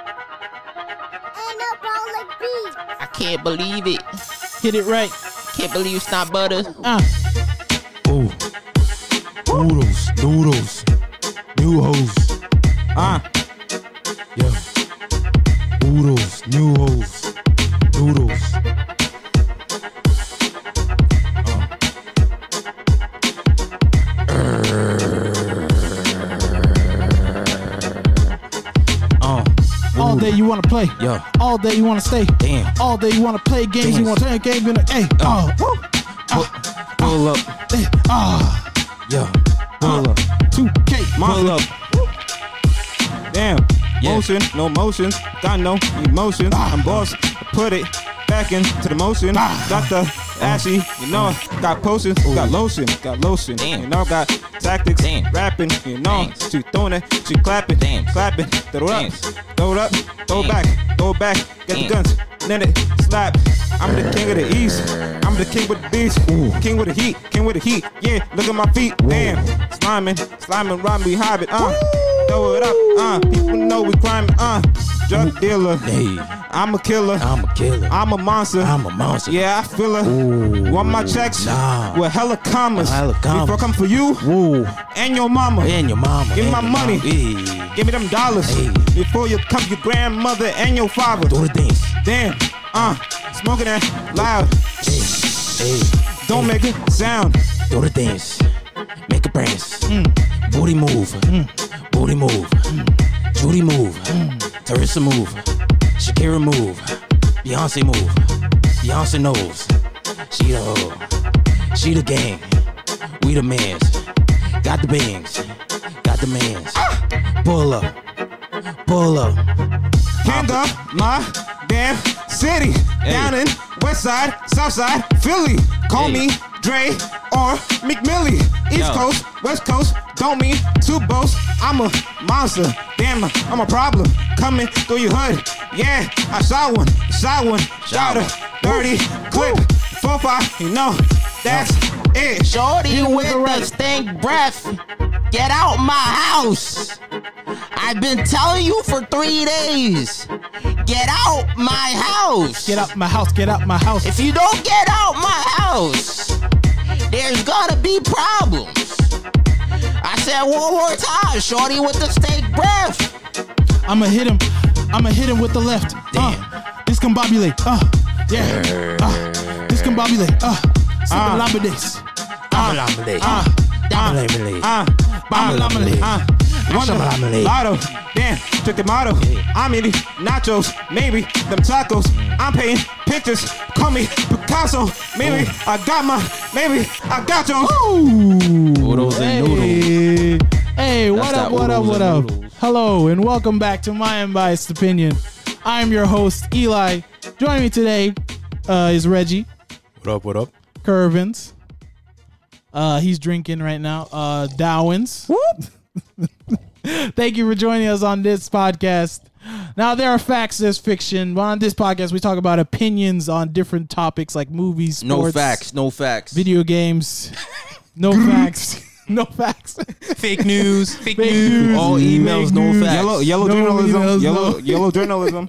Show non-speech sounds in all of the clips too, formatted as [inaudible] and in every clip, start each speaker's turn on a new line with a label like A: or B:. A: Ain't no problem, please.
B: I can't believe it.
C: Hit it right.
B: Can't believe it's not butter.
C: Uh.
D: Oh. Noodles, noodles, new hoes. Ah. Yeah. Noodles, new hoes, noodles. Uh.
C: All day you wanna play.
D: Yeah.
C: All day you wanna stay.
D: Damn.
C: All day you wanna play games. You
D: Dance.
C: wanna turn games in a hey.
D: Uh.
C: Oh, woo.
D: Pull, pull up.
C: eh, ah,
D: Yeah. Pull up.
C: 2K.
D: Pull up. Damn.
B: Yeah. Ah.
D: Motion, no motions. Got no emotions. I'm boss. Put it back into the motion. Got the
B: Uh.
D: ashy. You know, I got potions. Got lotion. Got lotion.
B: Damn.
D: You know, got tactics.
B: Damn.
D: Rapping. You know,
B: Damn.
D: she throwing it. She clapping.
B: Damn.
D: Clapping. Throw it
B: Damn.
D: up. Throw it up. Throw it
B: Damn.
D: back. Throw it back. Get
B: Damn.
D: the guns. Then it slap. I'm the king of the east. I'm the king with the beast. King with the heat. King with the heat. Yeah, look at my feet. Damn. Slimin', slimin', robbing, we hobbit. Uh, throw it up. Uh, people know we climbing. Uh, drug dealer.
E: Hey,
D: I'm a killer.
E: I'm a killer.
D: I'm a monster.
E: I'm a monster.
D: Yeah, I feel it.
E: Ooh,
D: Want my checks?
E: nah.
D: With hella commas.
E: Hella commas.
D: Before I come for you
E: Woo.
D: and your mama.
E: And your mama.
D: Give
E: and
D: me my
E: your
D: money.
E: mama. Hey.
D: Give me them dollars.
E: Hey.
D: Before you come, your grandmother and your father.
E: Do the dance.
D: Damn, uh, smoking that loud.
E: Hey.
D: Don't make it sound.
E: Do the dance. Make a prance. Booty move. Booty move. Judy move. Teresa move. Shakira move. Beyonce move. Beyonce knows. She the hoe. She the gang. We the mans. Got the bangs. Got the mans. Pull up. Pull up.
D: King of my damn city. Down in West Side, South Side, Philly. Call
B: Hey.
D: me Dre or McMillie. East
B: Yo.
D: Coast, West Coast, don't mean two boats. I'm a monster. Damn, I'm a problem. Coming through your hood. Yeah, I saw one, saw one, shot a
B: one.
D: 30 clip, 4 5, you know, that's it.
B: Shorty
C: with
B: with
C: the
B: the
C: rest.
B: stink breath. Get out my house. I've been telling you for three days. Get out my house.
C: Get out my house, get out my house.
B: If you don't get out my house, there's gonna be problems. I said one more time, shorty with the steak breath.
C: I'ma hit him. I'ma hit him with the left. Damn. discombobulate. Uh, yeah. Uh, discombobulate. Uh,
D: Ah.
C: Sibalabadis.
E: Uh, Dominate.
D: Uh,
E: Dominate.
D: uh, wonder,
E: Shamalama-lay.
D: lotto, damn, check the motto. I'm eating nachos, maybe them tacos. I'm painting pictures, call me Picasso. Maybe I got my, maybe I got your.
B: Noodles and
C: Hey, hey what
B: That's
C: up,
B: that
C: what up,
B: oodles
C: what up?
B: and noodles.
C: Hello, and welcome back to My Unbiased Opinion. I'm your host, Eli. Joining me today uh, is Reggie
E: What up, what up?
C: Curvins. Uh, he's drinking right now. Uh, Dowins. [laughs] Thank you for joining us on this podcast. Now, there are facts, there's fiction. But on this podcast, we talk about opinions on different topics like movies,
B: No
C: sports,
B: facts, no facts.
C: video
B: [laughs]
C: games. No facts. [laughs] No facts. [laughs]
E: Fake news. Fake
C: Fake news.
B: All emails, no
C: Fake news.
B: facts.
D: Yellow, yellow
C: No,
D: journalism,
C: no, no.
D: yellow, yellow journalism.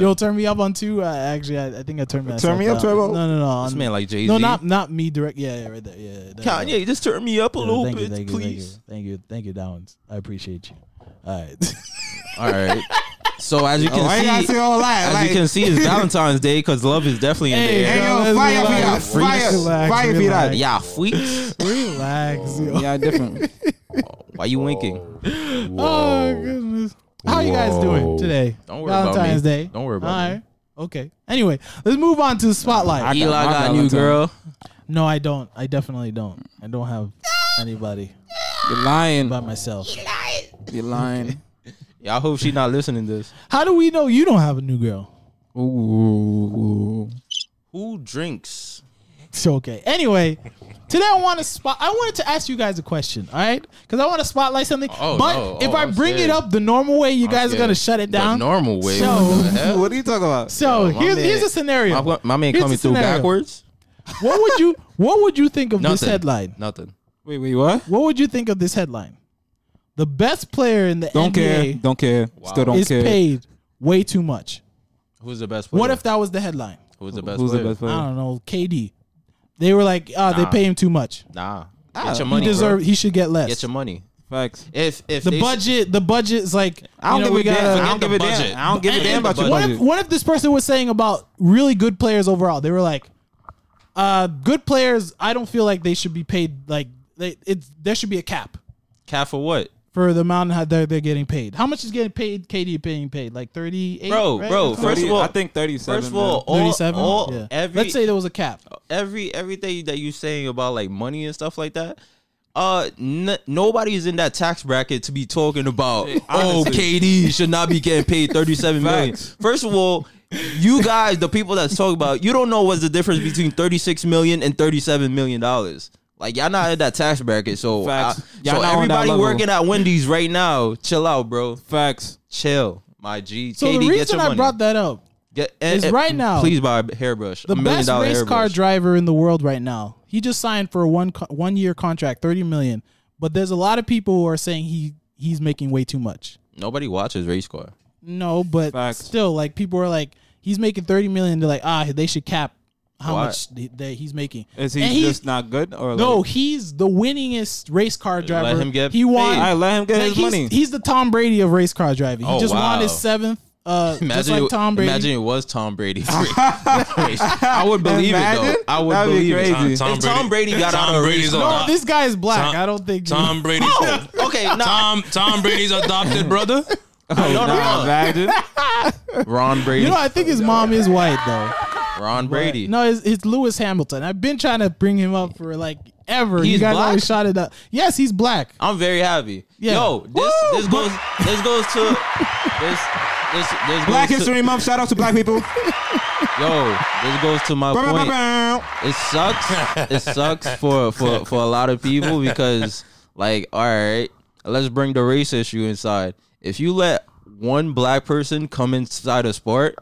C: You'll turn me up on two. Uh, actually, I, I think I turned myself.
D: Turn me up,
C: down.
D: Turbo.
C: No, no, no.
B: This
C: on-
B: man like Jay Z.
C: no, not not me direct. Yeah, yeah, right there. Yeah, yeah, that-
B: Kanye. Just turn me up a
C: yeah,
B: little
C: thank
B: bit,
C: you, thank you,
B: please.
C: Thank you, thank you, thank you, Downs. I appreciate you. All [laughs] right.
B: All
A: [laughs]
B: right. So as you can
D: [laughs] Why you gotta
B: see,
D: say
B: as
D: all that? Like,
B: you can see,
A: [laughs]
B: it's Valentine's Day because love is definitely in
C: Hey,
B: the
D: hey
B: air.
C: girl.
D: yo,
C: Let's
D: fire be out,
C: relax,
D: fire,
C: relax,
D: fire be
C: relax.
D: out.
B: Yeah, freaks.
C: Relax. Yo.
D: Yeah, different.
B: Why you winking?
C: [laughs] Oh goodness. How you guys doing today?
B: Don't worry about
C: Valentine's
B: me.
C: Day.
B: Don't worry about
C: All
B: me.
C: right. Okay. Anyway, let's move on to the spotlight.
D: I-
B: Eli
D: my
B: got a new
D: Valentine.
B: girl.
C: no, I don't. I definitely don't. I don't have anybody
D: You're lying.
C: by myself.
D: You're lying.
B: Yeah, I hope she's not listening to this.
C: How do we know you don't have a new girl?
D: Ooh.
B: Who drinks
C: It's okay. Anyway, today I want to spot. I wanted to ask you guys a question, all right? Because I want to spotlight something.
A: Oh,
C: but
A: no.
C: if
A: Oh,
C: I
A: I'm
C: bring it
A: scared.
C: up the normal way, you guys are
A: scared.
C: gonna shut it
A: The
C: down.
A: normal way?
C: So,
A: What the hell?
D: [laughs] What are you talking about?
C: so
A: my
C: here's,
A: man-
C: here's a scenario.
A: My, my man
C: Here's
A: coming
C: a
A: through
C: scenario.
A: backwards.
C: What would you What would you think of
A: Nothing.
C: this headline?
A: Nothing.
D: Wait, wait, what?
C: What would you think of this headline? The best player in the
D: Don't care.
C: NBA
D: Don't care. Still don't
C: is
D: care.
C: paid way too much.
A: Who's the best player?
C: What if that was the headline?
A: Who's the best
D: Who's
A: player?
D: the best player?
C: I don't know. KD. They were like, ah, they
A: Nah.
C: pay him too much.
A: Nah.
B: Ah,
A: Get
D: he
A: your money.
C: he deserved.
A: bro.
C: He should get less.
A: Get your money.
D: Facts.
A: If if
C: the
A: they-
C: budget. The budget is like.
D: I don't
C: you know,
D: give
C: we
D: a damn.
C: gotta.
D: I don't
A: forget
D: give a
A: the
D: damn.
A: budget.
D: I don't give a
A: And-
D: damn
A: and
D: about
A: the
D: your
C: What if,
D: budget.
C: what if this person was saying about really good players overall? They were like, uh, good players. I don't feel like they should be paid like they. It's there should be a cap.
A: Cat for what?
C: for the amount how they're, they're getting paid. How much is getting paid? KD being paid like thirty eight.
A: Bro, bro, First of all-
D: I think thirty-seven.
A: First of all, all,
C: thirty seven.
A: all
C: yeah.
A: every
C: Let's say there was a cap.
A: every everything that you saying about like money and stuff like that. Uh, n- nobody's in that tax bracket to be talking about. oh, KD should not be
D: [laughs]
A: getting paid thirty-seven million.
D: Facts.
A: First of all, you guys, the people that's talking about, you don't know what's the difference between thirty-six million and thirty-seven million dollars. Like y'all not in that tax bracket, so I,
D: Facts. Y'all
A: so
D: not on that
A: everybody
D: level.
A: working at Wendy's right now, chill out, bro.
D: facts.
A: Chill, my G.
C: So
A: KD,
C: the
A: get
C: reason
A: your
C: I
A: money.
C: brought that up,
A: Get- and-
C: is right now,
A: Please buy a hairbrush.
C: the
A: a million
C: best
A: dollar
C: race
A: hairbrush.
C: car driver in the world right now, he just signed for a one co- one year contract, thirty million. But there's a lot of people who are saying he he's making way too much.
A: Nobody watches race car.
C: No, but
D: Facts.
C: still, like people are like he's making thirty million. They're like ah, they should cap how
A: Why?
C: much th- that he's making.
D: Is he
C: And
D: just not good or
C: No,
D: Like,
C: he's the winningest race car driver.
A: him get
C: he won.
A: paid.
D: I let him get
C: Like,
D: his
C: he's,
D: money.
C: he's the Tom Brady of race car driving. He
A: Oh,
C: just won his
A: wow.
C: seventh. Uh, just
A: Imagine,
C: like
A: it-
C: Tom Brady.
A: imagine it was
C: [laughs]
A: Tom Brady. [laughs] I would believe it
D: Imagine?
A: though. I would
D: That'd be
A: believe it.
D: crazy.
A: If Tom Brady got out of
E: Brady's
A: race
E: a
A: car,
C: no, Oh, this guy is black.
E: Tom-
C: I don't think
E: Tom Brady's
F: Oh!
A: [laughs] okay, no,
E: Tom Tom Brady's adopted brother.
A: [laughs] no,
D: Nah,
A: no, no. [laughs]
D: imagine.
A: Ron Brady,
C: Oh, You know, I think his mom is white though.
A: Ron Brady.
C: No, it's, it's Lewis Hamilton. I've been trying to bring him up for like ever. you
A: He's
C: guys
A: black?
C: always shot it up. Yes, he's black.
A: I'm very happy.
C: Yeah.
A: Yo, this
C: Woo!
A: this goes this goes to this this this
D: Black
A: goes
D: History Month. Shout out to black
A: [laughs]
D: people.
A: To, yo, this goes to my point. it sucks. it sucks for for for a lot of people because like all right, let's bring the race issue inside. If you let one black person come inside a sport,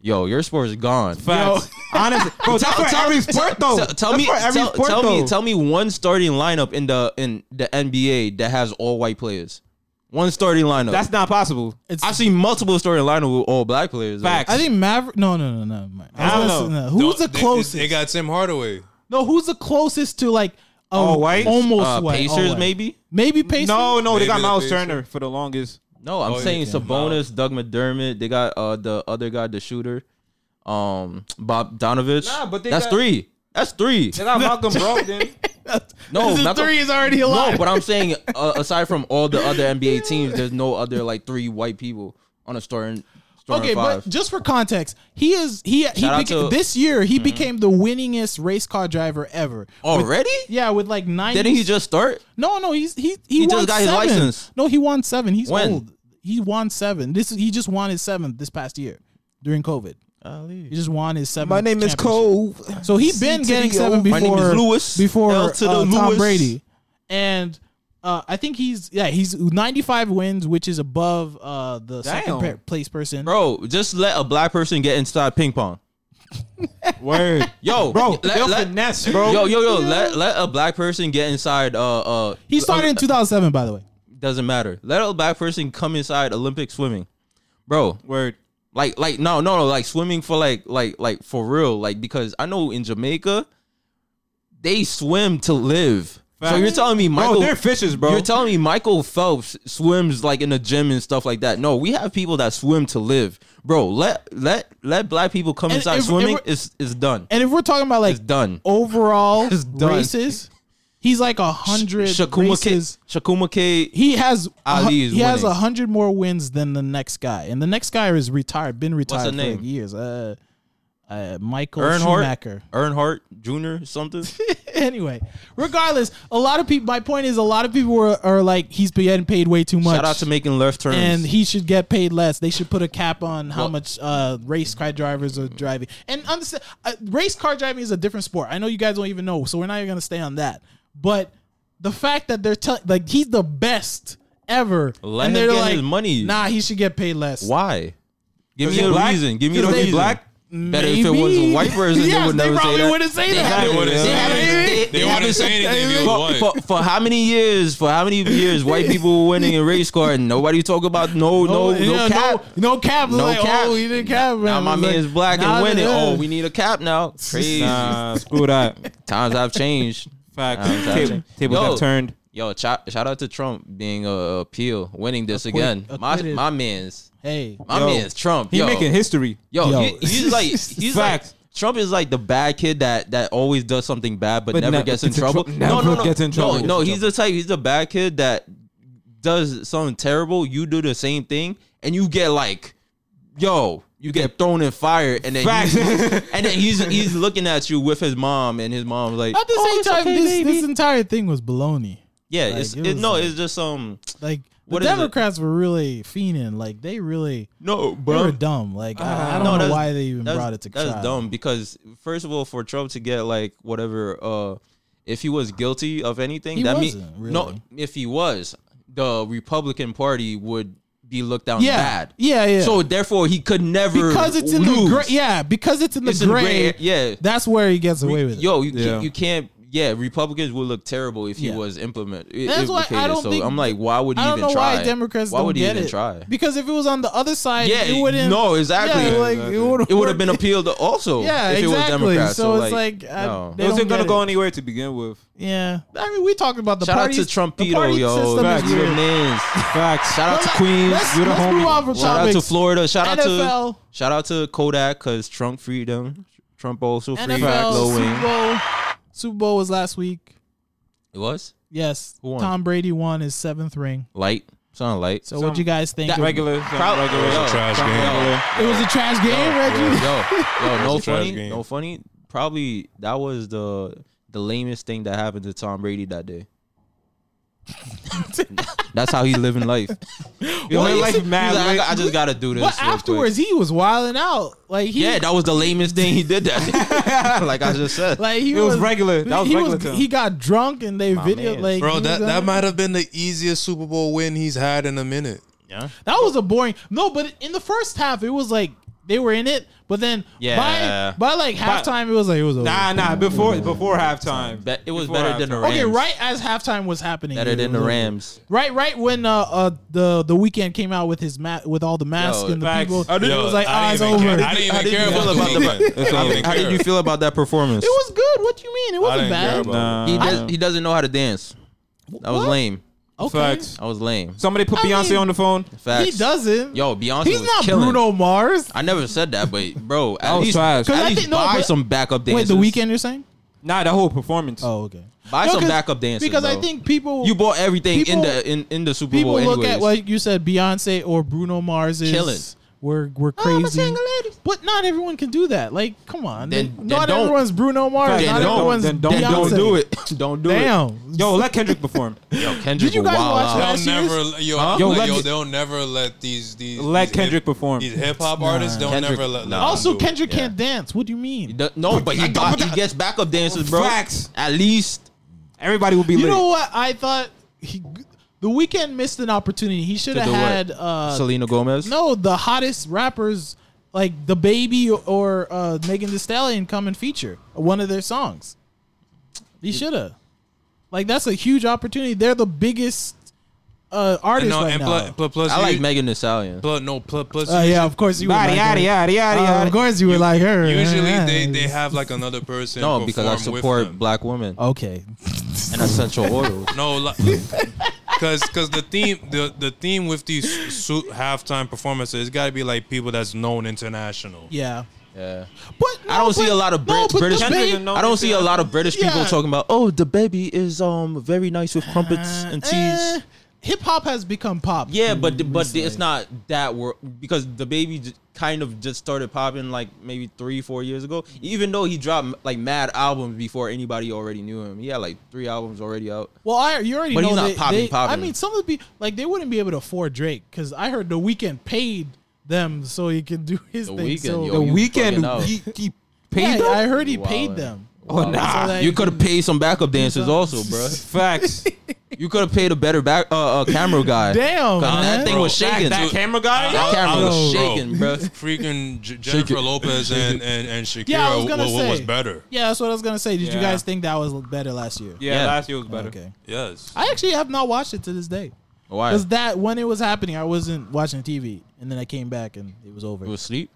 A: yo, your sport is gone.
D: Facts. Honestly, bro, that's for every sport though.
A: Tell, tell
D: That's
A: me,
D: for every
A: tell,
D: sport,
A: tell
D: though.
A: me, tell me one starting lineup in the in the NBA that has all white players. One starting lineup.
D: That's not possible.
C: It's
A: I've seen multiple starting lineup with all black players. though.
D: Facts.
C: I think Maverick. No, no, no, no. Mike. I was
D: I don't
C: gonna
D: know.
C: say- no. Who's
E: Don't-
C: the closest?
E: They, they got Tim Hardaway.
C: no, who's the closest to like a
D: All white?
C: almost
A: Uh,
C: white? all
A: Pacers,
C: white.
A: maybe.
C: maybe Pacers. [laughs]
D: No, no, they
E: Maybe
D: got
E: the
D: Miles
E: Pacers.
D: Turner for the longest.
A: No, I'm
E: Oh,
A: saying
E: yeah, Cam
A: Sabonis, Doug McDermott. They got uh the other guy, the shooter, um Bob Donovich.
D: Nah, but they
A: that's
D: got-
A: three. That's three.
D: They got [laughs] Malcolm Brogdon.
C: [laughs]
A: No,
C: the
A: Malcolm-
C: three is already alive.
A: no. But I'm saying,
C: [laughs]
A: uh, aside from all the other NBA teams, there's no other like three white people on a starting. starting
C: Okay,
A: five.
C: but just for context, he is he, he
A: out
C: beca-
A: to- Mm-hmm.
C: this year he became the winningest race car driver ever.
A: already?
C: Yeah, with like 90
A: Oh. Didn't he just start?
C: No, no, he's he he,
A: He
C: won
A: just got his
C: seven.
A: license.
C: No, he won 7. He's
A: When?
C: old. He won 7. This is he just won his 7th this past year during COVID. He just won his 7th. championship.
D: Cove.
C: So he been getting 7
A: My
C: before
A: name is Lewis.
C: before
A: L to the
C: uh, Tom
A: Lewis.
C: Brady. And uh, I think he's yeah, he's 95 wins, which is above uh, the second
D: Damn.
C: pa- place person.
A: Bro, just let a black person get inside ping pong.
D: Word.
A: Yo,
D: Bro,
A: let-
D: they'll
A: let-
D: finesse, bro.
A: Yo, yo, yo, let let a black person get inside. Uh, uh,
C: He started in 2007 by the way.
A: doesn't matter. Let a black person come inside Olympic swimming, bro.
D: Word.
A: Like, like, no, no, no, like swimming for like, like, like for real. Like, because I know in Jamaica, they swim to live. So
D: Facts.
A: you're telling me
D: Bro,
A: Michael?
D: they're fishes, bro.
A: You're telling me Michael Phelps swims like in the gym and stuff like that. No, we have people that swim to live, bro. Let let let black people come
C: And
A: inside
C: if-
A: swimming.
C: if-
A: It's it's done.
C: And if we're talking about
A: It's
C: like
A: done. [laughs]
C: overall
A: done.
C: races, he's like a hundred
A: Shakuma K.
C: races.
A: Shakuma K.
C: He has
A: Ali
C: he
A: is
C: has a
A: winning.
C: hundred more wins than the next guy, and the next guy is retired, been retired
A: the
C: for like
A: name?
C: years. Uh, uh, Michael
A: Earnhardt,
C: Schumacher. [laughs]
A: Earnhardt Jr. Something.
C: anyway, regardless, a lot of people. My point is, a lot of people are, are like, he's getting paid way too much.
A: Shout out to making left turns.
C: and he should get paid less. They should put a cap on how
A: Well-
C: much uh, race car drivers are driving. And understand, uh, race car driving is a different sport. I know you guys don't even know, so we're not even gonna stay on that. But the fact that they're tell like he's the best ever,
A: Let
C: and
A: him
C: they're
A: get
C: like,
A: his money.
C: nah, he should get paid less.
A: Why? Give me
D: he
A: a
D: black?
A: reason. Give me the
D: Because they
A: reason.
D: black?
A: Better if it was a
C: Maybe.
A: white
C: [laughs]
A: person, they
C: Yes,
A: would
C: they
A: never say
C: probably
A: that.
C: wouldn't say
A: They
C: that.
A: haven't-
C: They
F: wouldn't
A: they
F: say
A: haven't-
F: anything. They wouldn't
A: haven't
F: say
A: said-
F: anything if it
A: For-
F: was
A: for,
F: white.
A: for how many years? For how many
C: [laughs]
A: years white people were winning in race car and nobody talk about no no no,
C: yeah,
A: cap.
C: no, no cap,
A: No
C: like,
A: cap.
C: Oh, he didn't cap. Man.
A: Now my
C: It's like,
A: man's black
C: nah,
A: and winning.
C: yeah.
A: Oh, we need a cap now.
C: [laughs]
A: Crazy.
D: Nah, screw that.
A: Times have changed.
D: Facts.
A: Times have
D: Table,
A: changed.
D: tables
A: Yo,
D: have turned.
A: Yo, shout, shout out to Trump being a uh, appeal, winning this again. My
C: acquitted.
A: my man's
C: hey,
A: my
D: Yo,
A: man's Trump.
D: He
A: yo.
D: making history.
A: Yo,
C: Yo.
A: he- he's like he's like
D: Facts.
A: Trump is like the bad kid that that always does something bad but,
D: But
A: never
D: never
A: gets in
D: gets in
A: trouble.
D: trou-
A: no, no,
D: never
A: no,
D: gets in trouble.
A: No, no, he's the type. He's the bad kid that does something terrible. You do the same thing, and you get like, yo, you get thrown in fire, and then
D: Facts.
A: he's, and then he's he's looking at you with his mom, and his mom's like,
C: at the
A: "Oh,
C: same
A: it's
C: time,
A: okay,
C: this
A: baby."
C: this entire thing was baloney.
A: yeah,
C: like,
A: it's
C: it
A: it-
C: was
A: no,
C: like-
A: it's just um
C: Like
A: What
C: the
A: is it?
C: Democrats were really fiending. Like they really
A: no,
C: they
A: bro.
C: were dumb. Like I, I don't know
A: that's-
C: why they even
A: that's-
C: brought it to
A: That's
C: trial.
A: dumb because first of all, for Trump to get like whatever, uh if he was guilty of anything,
C: He
A: that means
C: wasn't,
A: no.
C: really.
A: If he was, the Republican Party would be looked down
C: Yeah,
A: bad.
C: yeah, yeah.
A: So therefore, he could never
C: because it's in
A: lose.
C: the gray. Yeah, because it's in the
A: It's in the
C: gray.
A: gray, yeah.
C: that's where he gets away with it.
A: Yo, you
D: Yeah.
A: can't, you can't. Yeah, Republicans would look terrible if he
C: Yeah.
A: was implement.
C: That's why I
A: implicated.
C: don't
A: so
C: think-
A: I'm like, why would he
C: I don't
A: even
C: know
A: try?
C: why Democrats
A: why
C: don't
A: would he
C: get
A: even
C: it.
A: try?
C: Because if it was on the other side,
A: Yeah,
C: it wouldn't.
A: no, exactly.
C: Yeah, like,
D: Exactly.
C: It would,
A: [laughs] It would have been appealed also.
C: [laughs] Yeah,
A: if it was
C: exactly.
A: Democrats.
C: So it's
A: like,
C: like, I-
A: no.
C: They
D: It
C: don't
D: wasn't gonna
C: get
D: go
C: it.
D: anywhere to begin with.
C: Yeah, I mean, we talking about the
A: Shout
C: parties,
A: out to
C: the party
A: Trumpito, yo.
C: system is
A: Facts. You the
C: weird.
A: man's.
D: Facts.
A: Shout out to
C: Let's-
A: Queens.
C: Let's,
D: you the
C: let's
D: homie.
C: move on from
A: Shout out
C: topics.
A: to Florida. Shout out to
C: NFL.
A: shout out to Kodak because Trump freed them. Trump also freed Lil
C: NFL
A: Wayne.
C: Super Bowl. Super Bowl was last week.
A: It was
C: Yes,
A: Who won?
C: Tom Brady won his seventh ring.
A: light. Sound light.
C: So what you guys think? of-
D: Regular.
A: Proud-
D: Regular.
A: Yo,
F: Trash
A: Trump-
F: game.
A: yo,
C: It was a trash game, [laughs]
A: Yo,
C: Reggie.
A: yo, no
F: trash
A: funny,
F: game.
A: no funny. Probably that was the the lamest thing that happened to Tom Brady that day. That's how he living life.
D: Yo,
C: Well,
D: his
C: you
D: life
C: see-
D: mad
A: He's like, I,
D: lit.
A: got- I just got to do this.
C: But
A: real quick.
C: afterwards, he was wilding out. Like he,
A: yeah, that was the lamest thing he did [laughs] that. day. like I just said,
C: like he
D: It was regular. That was
C: he
D: regular to him.
C: he got drunk and they videoed.
A: man.
C: Like
F: Bro,
C: he
F: that,
C: was
F: that
C: on-
F: might have been the easiest Super Bowl win he's had in a minute.
C: that was a boring. No, but in the first half, it was like they were in it. But then,
A: Yeah.
C: by, by like halftime, it was like it was over.
D: Nah, nah. Before before halftime.
A: Be- it was
D: Before
A: better than the
D: halftime.
A: Rams.
C: Okay, right as halftime was happening,
A: Better
C: it
A: than
C: was
A: the
C: over.
A: Rams.
C: Right, right when uh, uh the the weekend came out with his mat with all the masks
A: Yo,
C: and the
D: facts.
C: people,
D: I
C: it
D: didn't-
F: Yo,
C: was like
F: I
C: ah, it's
F: didn't even
C: over.
F: care- [laughs] I didn't even care
A: feel
F: about the
A: about
F: weekend. I didn't
A: How did you
F: care.
A: feel about that performance? Uh,
C: It was good. What you mean? It
F: I
C: wasn't
F: didn't care
C: bad.
F: about
D: Nah.
A: he, does, he doesn't know how to dance. That was
C: What?
A: lame.
C: Okay,
D: Facts.
A: I was lame.
D: Somebody put
C: I
D: Beyonce
C: mean-
D: on the phone.
A: Facts.
C: he doesn't.
A: Yo, Beyonce
C: he's
A: was
C: not
A: killing.
C: Bruno Mars.
A: I never said [laughs] that, but bro, at
D: was
A: least,
D: trash.
A: at
C: 'Cause I
A: least
C: think- no,
A: buy
C: but-
A: some backup
C: Wait,
A: dancers.
C: the weekend you're saying?
D: Nah, that whole performance.
C: Oh, okay.
A: Buy some
C: 'cause-
A: backup dancers,
C: because I
A: bro.
C: think people
A: You bought everything in
C: People-
A: the in, in the Super
C: people
A: Bowl.
C: look
A: anyways.
C: at like you said Beyonce or Bruno Mars is
A: Chilling.
C: We're we're
A: I'm a
C: crazy,
A: single lady.
C: but not everyone can do that. Like, come on,
A: Then- then
C: not
A: don't.
C: everyone's Bruno Mars.
A: Then
C: not
A: don't.
C: everyone's
D: Then don't.
A: Then
C: Beyonce.
A: don't do it. [laughs] don't do it.
C: Damn.
D: Yo, let Kendrick perform.
A: [laughs] Yo, Kendrick
C: Did you
A: was
C: guys
A: wild
C: watch
A: out.
F: They'll
C: last year's?
F: never, yo, I'm
D: Yo,
F: like,
D: let
F: yo,
D: me-
F: they'll never let these these
D: Let
F: these
D: Kendrick
F: hip,
D: perform.
F: These hip hop artists don't
A: Kendrick-
F: never let. let
A: nah.
F: them
C: Also,
F: do it.
C: Kendrick
A: Yeah.
C: can't dance. What do you mean?
A: Do- No, but he, got, he gets backup dancers, bro.
D: Facts.
A: At least
D: Everybody will be
C: You
D: lit.
C: know what? I thought he, the weekend missed an opportunity. He should have
A: do what?
C: had uh,
A: Selena Gomez.
C: no the hottest rappers like the baby or uh, Megan Thee Stallion come and feature one of their songs. He should have. Like that's a huge opportunity. They're the biggest uh,
F: And
C: artist
F: no,
C: right
F: and
C: now.
F: pl- pl- plus,
A: I like
F: you-
A: Megan Thee Stallion.
F: pl- no, pl- plus,
C: Uh, yeah, of course you would.
D: Yada,
C: like
D: yada,
C: her.
D: yada, yada,
C: Uh,
D: yada.
C: of course you would like her.
F: Usually they,
C: Yeah.
F: they have like another person.
A: No, because I
F: perform with
A: support
F: them.
A: black women
C: Okay.
A: and essential oils.
F: No, [laughs] because because the theme the the theme with these su- halftime performances, it's got to be like people that's known international.
C: Yeah.
A: Yeah.
C: But
A: I don't see a lot of Brit-
C: but
A: British.
C: the
D: Kendrick
C: baby-
D: and no-
A: I don't see a lot of British people
C: Yeah.
A: talking about. Oh, the baby is um very nice with crumpets and teas.
C: Uh, Eh, hip hop has become pop.
A: Yeah, but the, but the, it's not that world because the baby j- kind of just started popping like maybe three four years ago. Even though he dropped like mad albums before anybody already knew him, he had like three albums already out.
C: Well, I you already
A: But
C: know
A: he's not
C: they-
A: popping,
C: they-
A: popping.
C: I mean, some of the people like they wouldn't be able to afford Drake because I heard the weekend paid them so he could do his
A: The
C: thing.
A: Weeknd,
C: so
A: yo,
C: The
A: you fucking
D: weekend
A: know.
D: he, he
C: yeah,
D: paid them?
C: I heard he
A: Wildin'.
C: paid them.
D: oh nah,
C: So that-
A: You could have paid some backup dancers also, bro.
C: [laughs]
D: facts.
A: You could have paid a better back uh, uh camera
C: [laughs]
A: guy.
C: Damn,
A: 'Cause
C: man.
A: that thing was
F: Bro,
A: shaking.
D: that camera guy?
A: That camera was
F: Bro,
A: shaking,
C: [laughs]
A: bro.
F: Freaking J- Jennifer
A: [laughs]
F: Lopez and and and Shakira.
C: Yeah, I was
F: what,
C: gonna
F: what
C: say
F: was better?
C: Yeah, that's what I was gonna say. Did you
D: Yeah.
C: guys think that was better last year?
D: Yeah,
A: Yeah.
D: last year was better.
C: Okay.
F: Yes.
C: I actually have not watched it to this day.
A: Why?
C: Because that when it was happening, I wasn't watching TV, and then I came back and it was over.
A: You was asleep.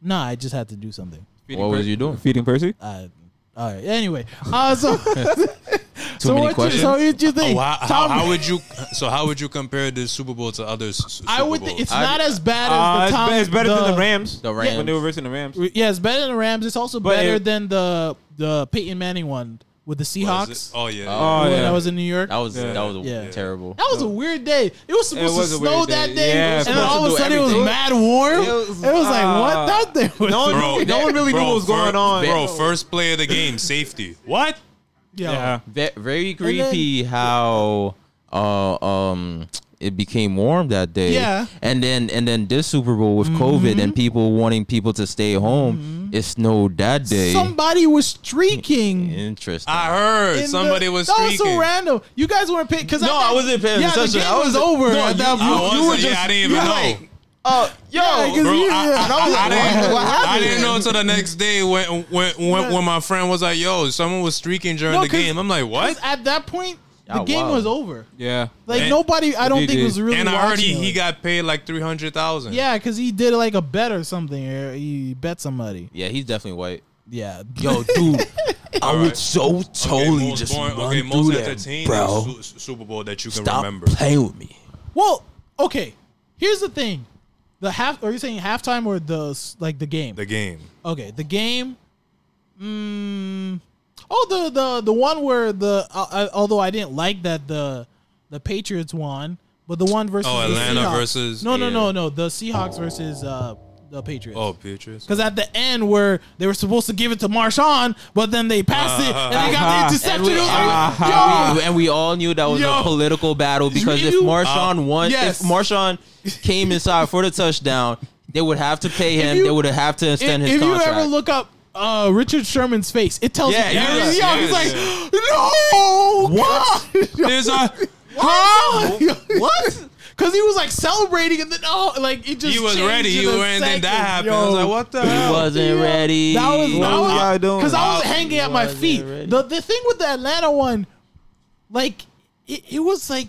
C: nah, I just had to do something.
A: What was you doing?
D: Feeding Percy?
C: Uh, all right. Anyway, uh, [laughs]
A: [laughs]
C: so so
A: many
C: what you,
A: questions?
C: so what you think?
F: Oh, how, how,
C: Tom-
F: how would you? So how would you compare the Super Bowl to other? s- s- Super
C: I would.
F: Bowls?
C: Think it's
A: I-
C: not as bad as
D: Uh,
C: the
D: it's,
C: Tom.
D: be- it's better than the Rams.
A: The Rams.
D: When they were versing the Rams.
C: Yeah, it's better than the Rams. It's also
D: But
C: better
D: it-
C: than the the Peyton Manning one with the
F: Was it-
C: Seahawks.
F: Oh yeah.
D: Oh,
C: when
D: yeah.
C: I was in New York.
A: That was
D: Yeah.
A: that was
C: Yeah.
A: terrible.
C: That was a weird day. It was supposed
D: was
C: to
D: a
C: snow
D: weird
C: that
D: day.
C: day,
D: Yeah,
C: and then
D: supposed
C: all of
A: to
C: a
A: do
C: sudden it
A: everything.
C: was mad warm.
D: It
C: It
D: was,
C: was, like
D: uh,
C: what that day was.
D: No one,
F: Bro,
D: knew, no one really knew
F: bro,
D: what was going
F: fir-
D: on.
F: Bro, first play of the game, safety.
D: What?
C: Yo.
D: Yeah.
A: Ve- very creepy how uh, um it became warm that day.
C: Yeah. Mm-hmm.
A: And then and then this Super Bowl with COVID and people wanting people to stay home, it snowed that day.
C: Somebody was streaking.
A: Interesting.
F: I heard
C: in
F: somebody
C: the-
F: was
C: That was
F: streaking.
C: so random. You guys weren't paying because
A: No, I wasn't paying
C: Yeah,
A: attention.
C: the
A: I
C: game was
A: wasn't-
C: over.
A: No,
C: at
A: you-
C: that
A: I
C: point.
F: I was,
A: You were
F: yeah,
A: just-
F: I didn't
A: you
F: even know.
A: like- uh, yo,
C: Yeah, 'cause
F: Bro,
C: you-
F: I,
C: yeah.
F: I- I didn't,
A: what
F: I
A: happened?
F: didn't know until the next day when when, when when my friend was like, "Yo, someone was streaking during
C: No,
F: the
C: 'cause-
F: game." I'm like, "What?"
C: 'Cause At that point, the
A: Oh,
C: game
A: wow.
C: was over.
D: Yeah.
C: Like
F: And-
C: nobody, I don't
D: He
C: think
D: did.
C: was really.
F: and I heard he,
C: watching
F: he
C: it.
F: got paid like three hundred thousand.
C: Yeah, because he did like a bet or something, or he bet somebody.
A: Yeah, he's definitely white.
C: Yeah,
E: Yo,
F: [laughs]
E: dude, I
F: Alright.
E: would so totally
F: most
E: just
F: boring-
E: run
F: okay, most
E: through that,
F: entertaining
E: bro.
F: Su- Su- Super Bowl that you can
E: Stop
F: remember.
E: playing with me.
C: Well, okay. Here's the thing: the half. Are you saying halftime or the s- like the game?
F: The game.
C: okay, the game. Mm, oh, the the the one where the uh, I, although I didn't like that the the Patriots won, but the one versus
F: Oh,
C: the
F: Atlanta
C: Seahawks.
F: versus-
C: no no
F: yeah.
C: no no the Seahawks versus uh the Patriots.
F: Oh, Patriots.
C: Because at the end, where they were supposed to give it to Marshawn, but then they passed it and they got
F: Uh-huh.
C: the interception.
A: Uh-huh. And we,
C: It was like,
A: and
C: yo,
A: we- and we- and we all knew that was a
C: Yo.
A: political battle because if
C: You- uh,
A: Marshawn won,
C: yes.
A: if Marshawn came inside for the touchdown, they would have to pay him.
C: you-
A: they would have to extend
C: if,
A: his
C: if
A: contract.
C: you ever look up uh, Richard Sherman's face, it tells
A: Yeah,
C: you.
A: yeah,
C: everything.
F: yeah,
C: Yo, he's
F: yeah.
C: like, [gasps] no, [laughs] what?
F: There's a
C: what? Because he was like celebrating, and then oh, like it just
F: he was
C: changed
F: ready.
C: in
F: He
C: a
F: was and then
C: second,
F: that happened.
C: yo.
F: I was like, "What the
A: he
F: hell?"
A: wasn't ready.
C: That was
D: What was
C: that
D: y'all
C: was
D: doing?
C: because I was
F: Wow.
C: hanging at my
A: Wasn't
C: feet.
A: ready.
C: The the thing with the Atlanta one, like it, it was like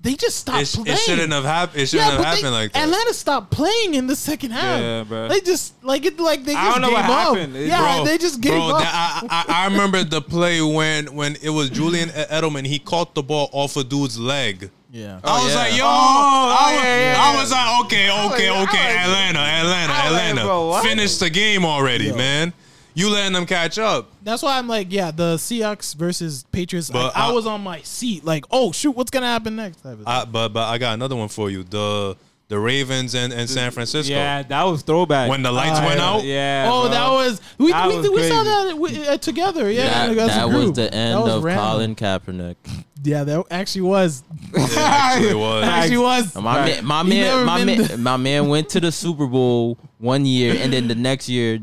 C: they just stopped
F: It,
C: playing.
F: it shouldn't have happened. It shouldn't have
C: but
F: happened
C: they,
F: like that.
C: Atlanta stopped playing in the second half.
D: Yeah, bro.
C: They just like it, like they just
D: I don't know
C: gave
D: what
C: up.
D: happened. It-
C: yeah,
F: Bro,
C: they just gave
F: bro,
C: up.
F: that- I, I, I remember the play when when it was Julian E- Edelman. He caught the ball off a dude's leg.
C: yeah,
F: I was
A: yeah.
F: like, yo, I, was, I was like, okay, okay, okay, Atlanta, Atlanta, Atlanta,
D: bro, what?
F: finish the game already, man. You letting them catch up?
C: that's why I'm like, yeah, the Seahawks versus Patriots.
F: But
C: Like, I,
F: I-
C: was on my seat, like, oh shoot, what's gonna happen next? Type of
F: I, but but I got another one for you. The the Ravens and, and San Francisco.
D: Yeah, that was throwback.
F: When the lights went out.
D: Yeah.
C: Oh,
D: bro.
C: that was we
D: That
C: we,
D: was
C: we saw
D: crazy.
C: that we, uh, together. Yeah,
A: that,
C: as a
A: that was
C: group.
A: the end
C: That was
A: of
C: random.
A: Colin Kaepernick.
C: Yeah, that actually was.
F: It actually was.
C: Actually was.
A: My man, my
C: He never
A: man, my
C: been
A: man, my man went to the Super Bowl one year, and then the next year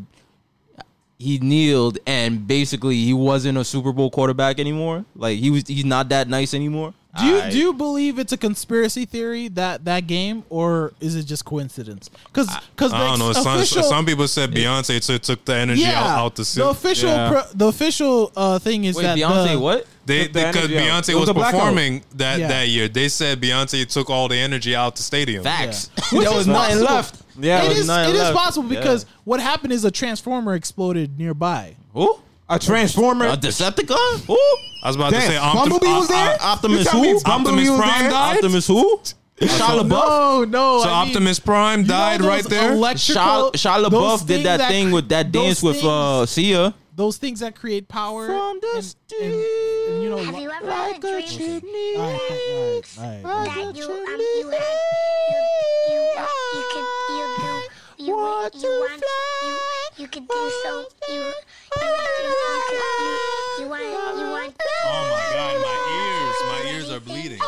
A: he kneeled, and basically he wasn't a Super Bowl quarterback anymore. Like he was, he's not that nice anymore.
C: Do you
A: I-
C: do you believe it's a conspiracy theory that that game, or is it just coincidence? Because because
F: I don't know.
C: [laughs]
F: Some, some people said Beyonce took, took the energy
C: yeah,
F: out, out the
C: the
F: system.
C: official
D: Yeah.
C: pro, the official uh, thing is
A: Wait,
C: that
A: Beyonce,
C: the,
A: what?
F: They
D: Took the
F: because
D: energy out.
F: Beyonce
D: It was
F: was,
D: a blackout.
F: performing that
C: Yeah.
F: that year. They said Beyonce took all the energy out the stadium.
A: Facts.
C: [laughs] [laughs] Which
A: there
C: is
A: was nothing
C: possible.
A: left.
D: Yeah,
C: It
A: There was
C: is
A: nothing
C: it is
A: left.
C: possible because what happened is a transformer exploded nearby.
A: who?
D: a transformer.
A: A Decepticon? Who?
F: I was about to
D: Damn,
F: say Opti-
D: Bumblebee was there.
F: Op-
A: Optimus
D: You tell me
A: who?
D: Bumblebee
F: Optimus
D: was
F: Prime
D: there?
F: died?
A: Optimus who? Shia LaBeouf.
C: No, no.
F: So
C: I mean,
F: Optimus Prime
C: you know
F: died right
C: those
F: there. Oh
C: electrical-
A: Shia, Shia
C: those
A: LaBeouf did
C: things
A: that thing with that
C: those
A: dance with uh,
C: things-
A: Sia.
C: those things that create power
A: From the
C: and, and- and, you know
G: Have
C: li-
G: you ever had a dream
C: all right, all right, all right.
G: that you um you had you you you could you do you wa- you want you you could do so you you you you, you, you want you want
F: Oh my god, my ears, my ears are bleeding.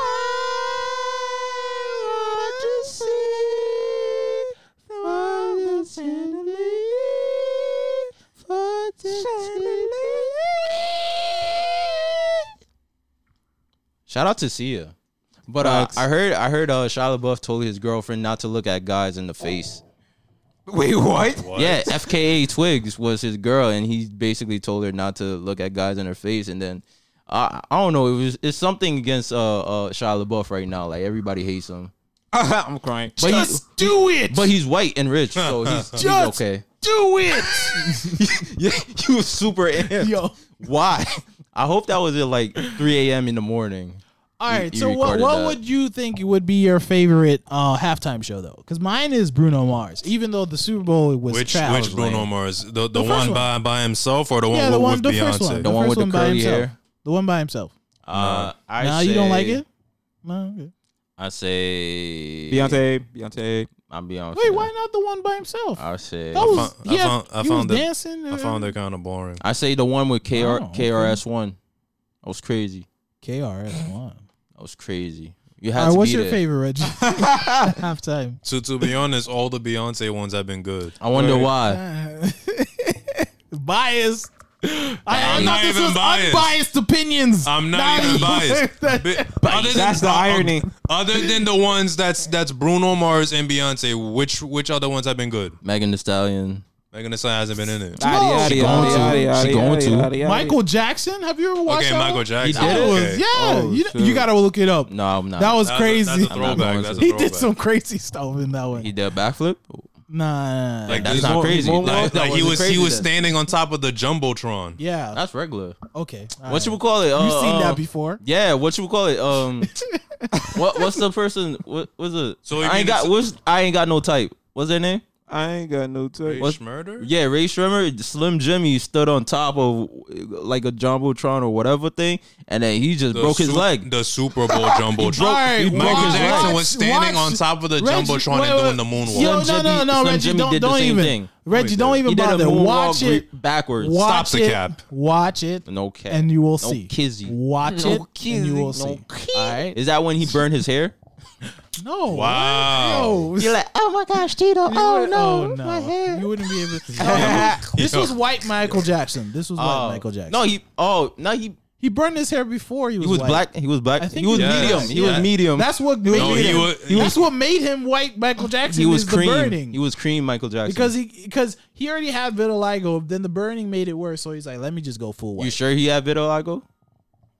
A: Shout out to Sia. But uh, I heard I heard uh, Shia LaBeouf told his girlfriend not to look at guys in the face.
D: Wait, what?
F: What?
A: Yeah, FKA Twigs was his girl, and he basically told her not to look at guys in her face. And then I I don't know, it was it's something against uh, uh Shia LaBeouf right now. Like everybody hates him,
D: [laughs] I'm crying.
A: but he-
C: do it.
A: but he's white and rich, so [laughs] he's, he's
C: Just-
A: okay.
C: do it.
A: Yeah, you was super amped.
C: [laughs] Yo.
A: Why? I hope that was at like 3 a.m. in the morning.
C: All right.
A: he
C: so what
A: recorded
C: what
A: that.
C: would you think would be your favorite uh, halftime show though? Because mine is Bruno Mars. Even though the Super Bowl was
F: Which
C: trash.
F: which Bruno Mars? The, the,
C: first
F: one,
C: one.
F: by by himself or the one,
C: Yeah, the
F: with,
C: one, the
F: with
C: first one,
F: Beyonce?
A: The one
C: first
A: with the
C: by
A: curly
C: himself.
A: hair?
C: The one by himself.
A: Uh, I
C: Now you don't like
A: say-
C: it? No. okay.
A: I say
D: Beyonce, Beyonce.
A: I'm Beyonce.
C: Wait, why not the one by himself?
A: I say
C: That was
F: found- I
C: yeah.
F: found- I
C: he
F: found
C: was
F: it.
C: dancing.
F: I found that kind of boring.
A: I say the one with KR,
C: Oh, okay.
A: KRS One. That was crazy.
C: KRS One.
A: That was crazy. You
C: All
A: had
C: right,
A: to
C: what's
A: be
C: your
A: there.
C: favorite,
A: [laughs]
C: Reggie? Halftime.
F: So to be honest, all the Beyonce ones have been good.
A: I wonder why.
C: biased. I, I
F: I'm
C: thought
F: not
C: this
F: even
C: was
F: biased.
C: unbiased opinions.
F: I'm not even
C: [laughs]
D: [laughs]
F: biased. Bi- other than-
D: That's the irony.
F: Other than the ones that's that's Bruno Mars and Beyonce, which which other ones have been good?
A: Megan Thee Stallion.
F: Megan Thee Stallion hasn't been in it.
D: Yaddy, yaddy,
A: going to.
D: yaddy, yaddy,
A: She going
D: yaddy,
A: to.
D: yaddy, yaddy.
C: Michael Jackson. Have you ever watched
F: Okay,
C: that
F: Michael
C: one?
F: Jackson.
A: He
C: That
A: did it?
C: was-
F: Okay.
C: yeah,
D: Oh,
C: you,
D: shoot.
C: you gotta look it up.
A: No, I'm not.
C: that was
F: That's a-
C: crazy.
F: that's a
A: I'm not
F: throwback.
A: going
F: That's
A: to.
F: a
C: he
F: throwback.
C: did some crazy stuff in that one.
A: he did a backflip.
C: nah,
F: Like,
A: That's
F: this-
A: not
D: won't-
A: crazy.
D: won't
A: That-
F: Like,
A: that
F: like he
A: wasn't
F: was he
A: crazy
F: was
A: then.
F: standing on top of the jumbotron.
C: yeah.
A: That's regular.
C: okay. all
A: What you
C: right.
A: would call it? Uh,
C: You've seen
A: uh,
C: that before?
A: Yeah, what you call it? Um, what what's the person? What was it?
F: So it
A: I ain't
F: means
A: got.
F: it's-
A: What's, I ain't got no type. What's their name?
D: I ain't got no tape. [laughs]
A: What's-
F: Rich murder?
A: Yeah, Ray Shrimmer, Slim Jimmy stood on top of uh, like a jumbotron or whatever thing, and then he just
F: The
A: broke his
F: Su-
A: leg.
F: The Super Bowl jumbotron.
C: All right,
F: Michael
C: watch-
F: Jackson
C: watch-
F: was standing
C: watch-
F: on top of the
C: [laughs] Reggie-
F: jumbotron
C: wait,
F: and
C: wait.
F: doing the moonwalk.
C: Yo, no, no,
A: Slim Jimmy-
C: no,
A: Slim
C: Reggie,
A: Jimmy
C: don't,
A: did the
C: don't
A: same
C: even.
A: thing.
C: Reggie, don't even
A: He did a
C: bother. Watch
A: moonwalk
C: it.
A: re- backwards.
C: Watch
F: Stops the
C: it.
F: cap.
C: Watch it.
A: No cap.
C: And you will
A: No
C: see.
A: kizzy.
C: Watch
A: No
C: it. And you will see. All right.
A: Is that when he burned his hair?
C: No.
F: Wow.
C: [laughs] You're
B: Like, oh my gosh, Tito, oh no,
C: oh, no.
B: my hair.
C: You wouldn't be able
A: [laughs]
C: to. No, this was white Michael Jackson. This was white
A: Oh.
C: Michael Jackson.
A: No, he. Oh, no, he.
C: he burned his hair before he was,
A: He was
C: white.
A: black. He was black.
C: I think
A: He was
C: he was
A: medium.
C: black,
A: He
C: yeah.
A: was medium.
C: That's what made
F: No, he
C: him.
F: wa- he
C: that's what made him white Michael Jackson.
A: he was
C: is the
A: cream.
C: burning.
A: He was cream. Michael Jackson.
C: because he because he already had vitiligo. Then the burning made it worse. So he's like, let me just go full white.
A: you Ah, sure he had vitiligo?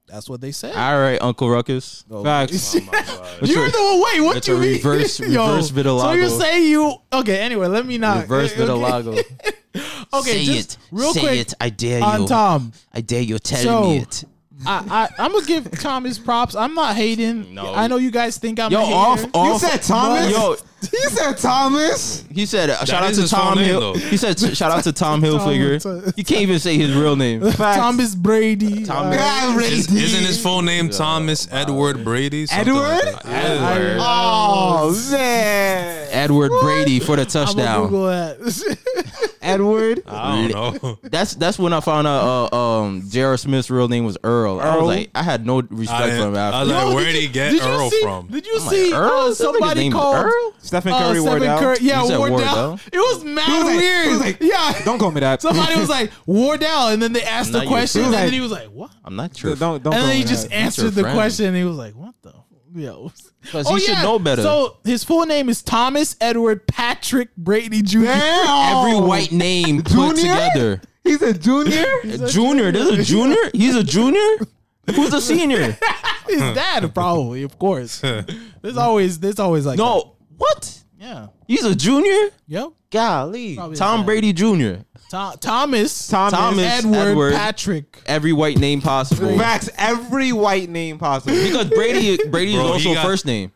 C: that's what they said.
A: All right, Uncle Ruckus.
D: Facts.
C: You're the one. Wait, what
A: It's
C: do you
A: a
C: mean? [laughs]
A: reverse-
C: Yo,
A: reverse
C: So
A: vitiligo.
C: you're saying you okay? Anyway, let me not
A: Reverse
C: eh, okay.
A: vitiligo.
C: Okay,
B: Say
C: just
B: it.
C: real
B: Say
C: quick
B: it. I dare
C: on
B: you.
C: Tom.
B: I dare you. Tell
C: So-
B: me it.
C: I, I I'm gonna give Tom his props. I'm not hating.
A: No.
C: I know you guys think I'm
A: Yo,
C: a hater.
A: off, off.
D: You said Thomas?
A: Yo,
D: He said Thomas.
A: He said, uh, "Shout out
F: is
A: to
F: his full
A: Tom
F: name,
A: Hill."
F: though.
A: He said, "Shout out to Tom
C: Tom-
A: Hilfiger." You can't even say his real name.
D: Facts.
C: Thomas Brady.
A: Thomas-
C: Uh,
D: God,
F: Is,
D: Brady.
F: isn't his full name Thomas Edward Brady? Something
D: Edward?
F: Like that. yeah.
D: Oh man,
A: Edward Brady for the
C: I'm gonna
A: touchdown.
C: Google that.
D: Edward.
F: I don't know.
A: That's that's when I found out uh, um J.R. Smith's real name was Earl. I
D: Earl?
A: was like, I had no
F: I
A: respect for him
F: didn't- I was
A: after. that.
F: like,
C: Yo,
F: where
C: did
F: did he
C: you-
F: get
C: did you
F: Earl
C: see-
F: from?
C: Did you
A: I'm
C: see
A: like, Earl?
C: uh,
A: This nigga's
C: somebody
A: name is
C: called
A: Earl?
D: Stephen
C: uh,
D: Curry wore
C: Stephen
D: out.
C: Curry? Yeah,
A: You said
C: Wardell.
A: Wardell?
C: [laughs] It was mad
D: was like-
C: weird.
D: he was like,
C: yeah,
D: Don't call me that. [laughs]
C: Somebody was like Wardell, and then they asked
A: Not
C: the
A: your
C: question, and
A: friend.
C: then he was like, "What?"
A: I'm not sure.
D: don't don't. call
C: and then
D: me
C: he
D: that.
C: just answered
A: your
C: the
A: friend.
C: question, and he was like, "What the?" Yo.
A: 'Cause he should know better.
C: Oh, So his full name is Thomas Edward Patrick Brady Jr.
A: Every white name put
D: Junior?
A: together.
D: He's a [laughs] junior.
A: Junior, there's a junior. He's a junior. Who's a senior?
C: [laughs] His dad, probably, of
A: [laughs]
C: course. There's always, there's always like,
A: No, what?
C: that. yeah,
A: He's a junior.
C: yep.
A: Golly,
C: Probably
A: Tom
C: not.
A: Brady Jr.
C: Tho- Thomas,
D: Thomas
A: Thomas
C: Edward,
A: Edward.
C: Patrick.
A: Every white name possible.
D: Facts. Every white name possible.
A: Because Brady Brady
F: Bro,
A: is
F: he
A: also a
F: got-
A: first name.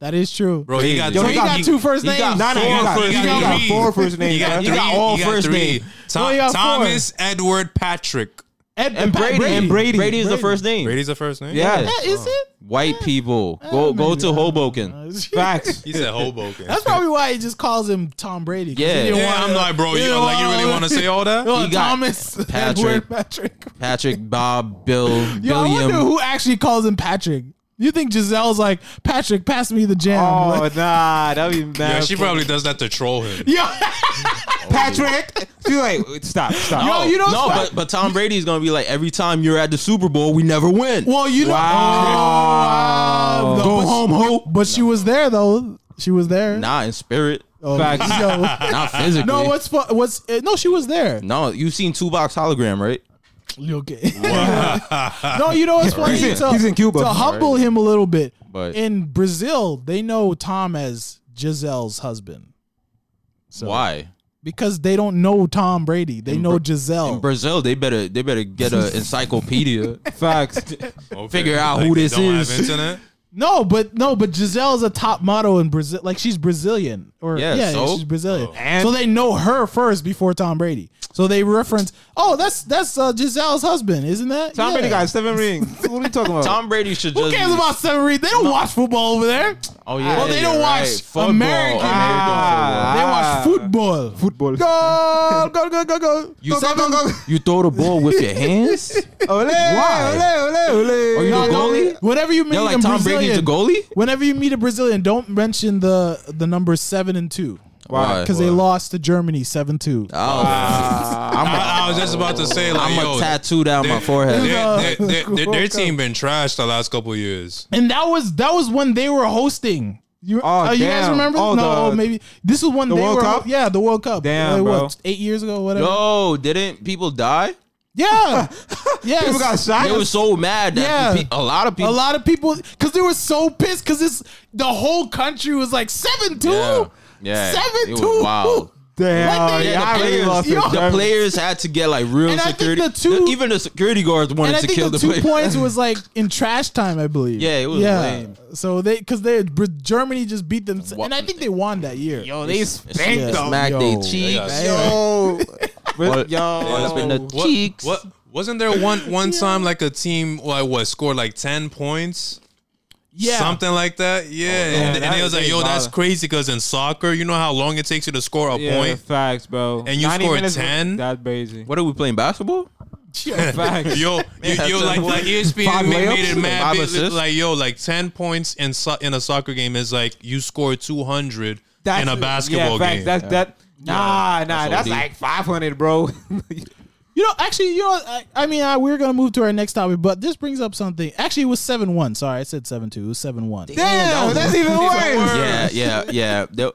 C: That is true.
F: Bro, he got
D: Yo,
C: so
D: he
C: he
F: three-
C: got two first
A: he
C: names.
A: got
D: Nah, nah,
F: four
D: you got,
F: first
D: you
F: names.
D: got
F: Three.
D: four first names.
F: He got
D: bruh.
F: three.
A: all
F: he got
A: first
F: three.
A: name.
F: Tom-
C: No, he got four.
F: Thomas Edward Patrick.
C: Ed-
A: And
C: Pat
A: Brady.
D: And Brady.
A: Brady is the
C: Brady.
A: first name.
F: Brady's the first name.
A: Yeah.
C: Yeah, is it?
A: White people. Go
C: Uh,
A: go
C: maybe
A: to
C: not.
A: Hoboken.
D: Facts.
F: He said Hoboken.
C: [laughs] That's probably why he just calls him Tom Brady. 'cause he
A: Yeah.
C: didn't
F: yeah,
C: wanna-
F: I'm like, bro,
C: he
F: you,
C: didn't
F: like, you
C: [laughs]
F: really want to say
A: [laughs]
F: all that?
C: No,
A: He got
C: Thomas [laughs]
A: Patrick.
C: Edward Patrick.
A: Patrick, Bob, Bill,
C: Yo, I
A: William.
C: wonder who actually calls him Patrick. You think Giselle's like Patrick? Pass me the jam.
D: Oh
C: Like, [laughs]
D: nah, that'd be
F: Yeah,
D: mad.
F: she probably does that to troll him.
A: [laughs]
C: yo,
D: Patrick. She like wait, stop, stop.
C: yo, you know,
A: no,
C: what's
A: but, but Tom Brady is gonna be like every time you're at the Super Bowl, we never win.
C: Well, you know,
D: Wow.
C: Oh, wow.
D: Go
C: but, home, hope. But she was there though. She was there.
A: Nah, in spirit,
C: Oh,
D: Facts.
C: [laughs] yo.
A: not physically. [laughs]
C: no, what's fu- what's uh, no? She was there.
A: No, you've seen two box hologram, right?
C: You Okay. [laughs] no, you know what's funny?
D: [laughs] He's in-
C: to,
D: he's in Cuba.
C: To humble him a little bit.
A: But-
C: in Brazil, they know Tom as Giselle's husband
A: Why?
C: because they don't know Tom Brady. They know Giselle.
A: In Brazil, they better they better get an encyclopedia.
D: Facts.
F: [laughs] Okay.
A: Figure out who
F: they
A: this
F: don't have
A: is. [laughs]
F: internet?
C: no, but no, but Giselle is a top model in Brazil. Like she's Brazilian, or
A: Yeah,
C: yeah,
A: so? Oh.
C: she's Brazilian.
D: And-
C: so they know her first before Tom Brady. So they reference, oh, that's that's uh, Giselle's husband, isn't that?
D: Tom
C: Yeah.
D: Brady got
C: [laughs]
D: seven rings. What are you talking about?
A: Tom Brady should
C: Who
A: just.
C: cares about seven reads? They don't watch football over there.
A: Oh yeah.
C: Well, they
A: you're
C: don't watch
A: Football,
C: American-
A: American
D: Ah.
C: They watch football.
D: Football.
C: Go,
D: Ah.
C: go, go, go, go.
A: You
D: Go, go, go,
A: seven-
D: go.
A: football. You throw the ball with your
C: [laughs]
A: hands.
D: Ole,
A: Why?
D: ole, ole, ole.
A: Are you
C: No,
A: the
C: no,
A: goalie?
C: Whenever you meet
A: Yeah, like
C: a
A: Tom
C: Brazilian,
A: Brady's a goalie.
C: Whenever you meet a Brazilian, don't mention the the number seven and two
A: Why?
C: because they lost to Germany seven two.
A: Oh,
F: I'm I, I was just about to say, like,
A: I'm
F: yo,
A: a tattoo down my
F: their-
A: forehead.
F: Their, their, their, their, their
C: World
F: team been trashed the last couple of years.
C: And that was that was when they were hosting. You,
D: Oh,
C: oh, you guys
D: damn.
C: remember?
D: Oh,
C: no,
D: the-
C: maybe this was when
D: the
C: they
D: World
C: were.
D: Cup?
C: Yeah, the World Cup.
D: Damn,
C: Like,
D: bro.
C: What, eight years ago, whatever.
A: Yo, didn't people die?
C: Yeah, yes.
D: [laughs] People got shot.
A: They were so mad that
C: Yeah.
A: pe- a lot of
C: a
A: people.
C: lot of people because they were so pissed because it's the whole country was like seven two,
A: Yeah, yeah.
C: seven
A: It was
C: two.
A: wild.
D: Damn,
C: Like, they-
D: yeah, I really
A: players,
D: lost
C: yo,
D: to
A: The
D: Germany.
A: players had to get like real
C: And I think
A: security.
C: the two-
A: even the security guards
C: And
A: wanted
C: I
A: to
C: think
A: kill
C: the
A: the,
C: two
A: players.
C: points was like in trash time, I believe.
A: Yeah, it was lame.
C: So they because they Br- Germany just beat them,
A: What-
C: and I think they won that year.
D: Yo, they
A: Smack
D: spanked
C: them.
D: them.
A: smacked they
C: Yo.
A: cheeks.
F: They
D: Yo, But-
A: Well, it's been
D: yo.
A: the cheeks.
F: What wasn't there one one time like a team like what scored like ten points?
C: Yeah,
F: Something like that, yeah.
A: Oh,
F: and,
D: that
F: and it was
D: is
F: like, "Yo, that's
D: wild.
F: crazy." Because in soccer, you know how long it takes you to score a
D: Yeah,
F: point.
D: facts, bro.
F: And you
D: 90
F: scored
D: minutes,
F: 10?
D: That's crazy.
A: What are we playing basketball?
D: Facts.
F: Yo, you,
A: that's a-
F: yo, like, like E ESPN
D: Five
F: made,
D: layups?
F: made it mad.
A: Five
F: big,
A: assists?
F: Like, yo, like ten points in so- in a soccer game is like you score two hundred in a basketball
D: yeah, facts.
F: game.
D: That's that. Nah, nah,
A: that's
D: that's,
A: OD.
D: like five hundred, bro.
C: you know, actually, you know, I, I mean, I, we're gonna move to our next topic, but this brings up something. Actually, it was seven one. Sorry, I said seven two. It was seven one.
D: Damn, that's even worse. Oh
A: Yeah, yeah, yeah.
D: [laughs]
A: They-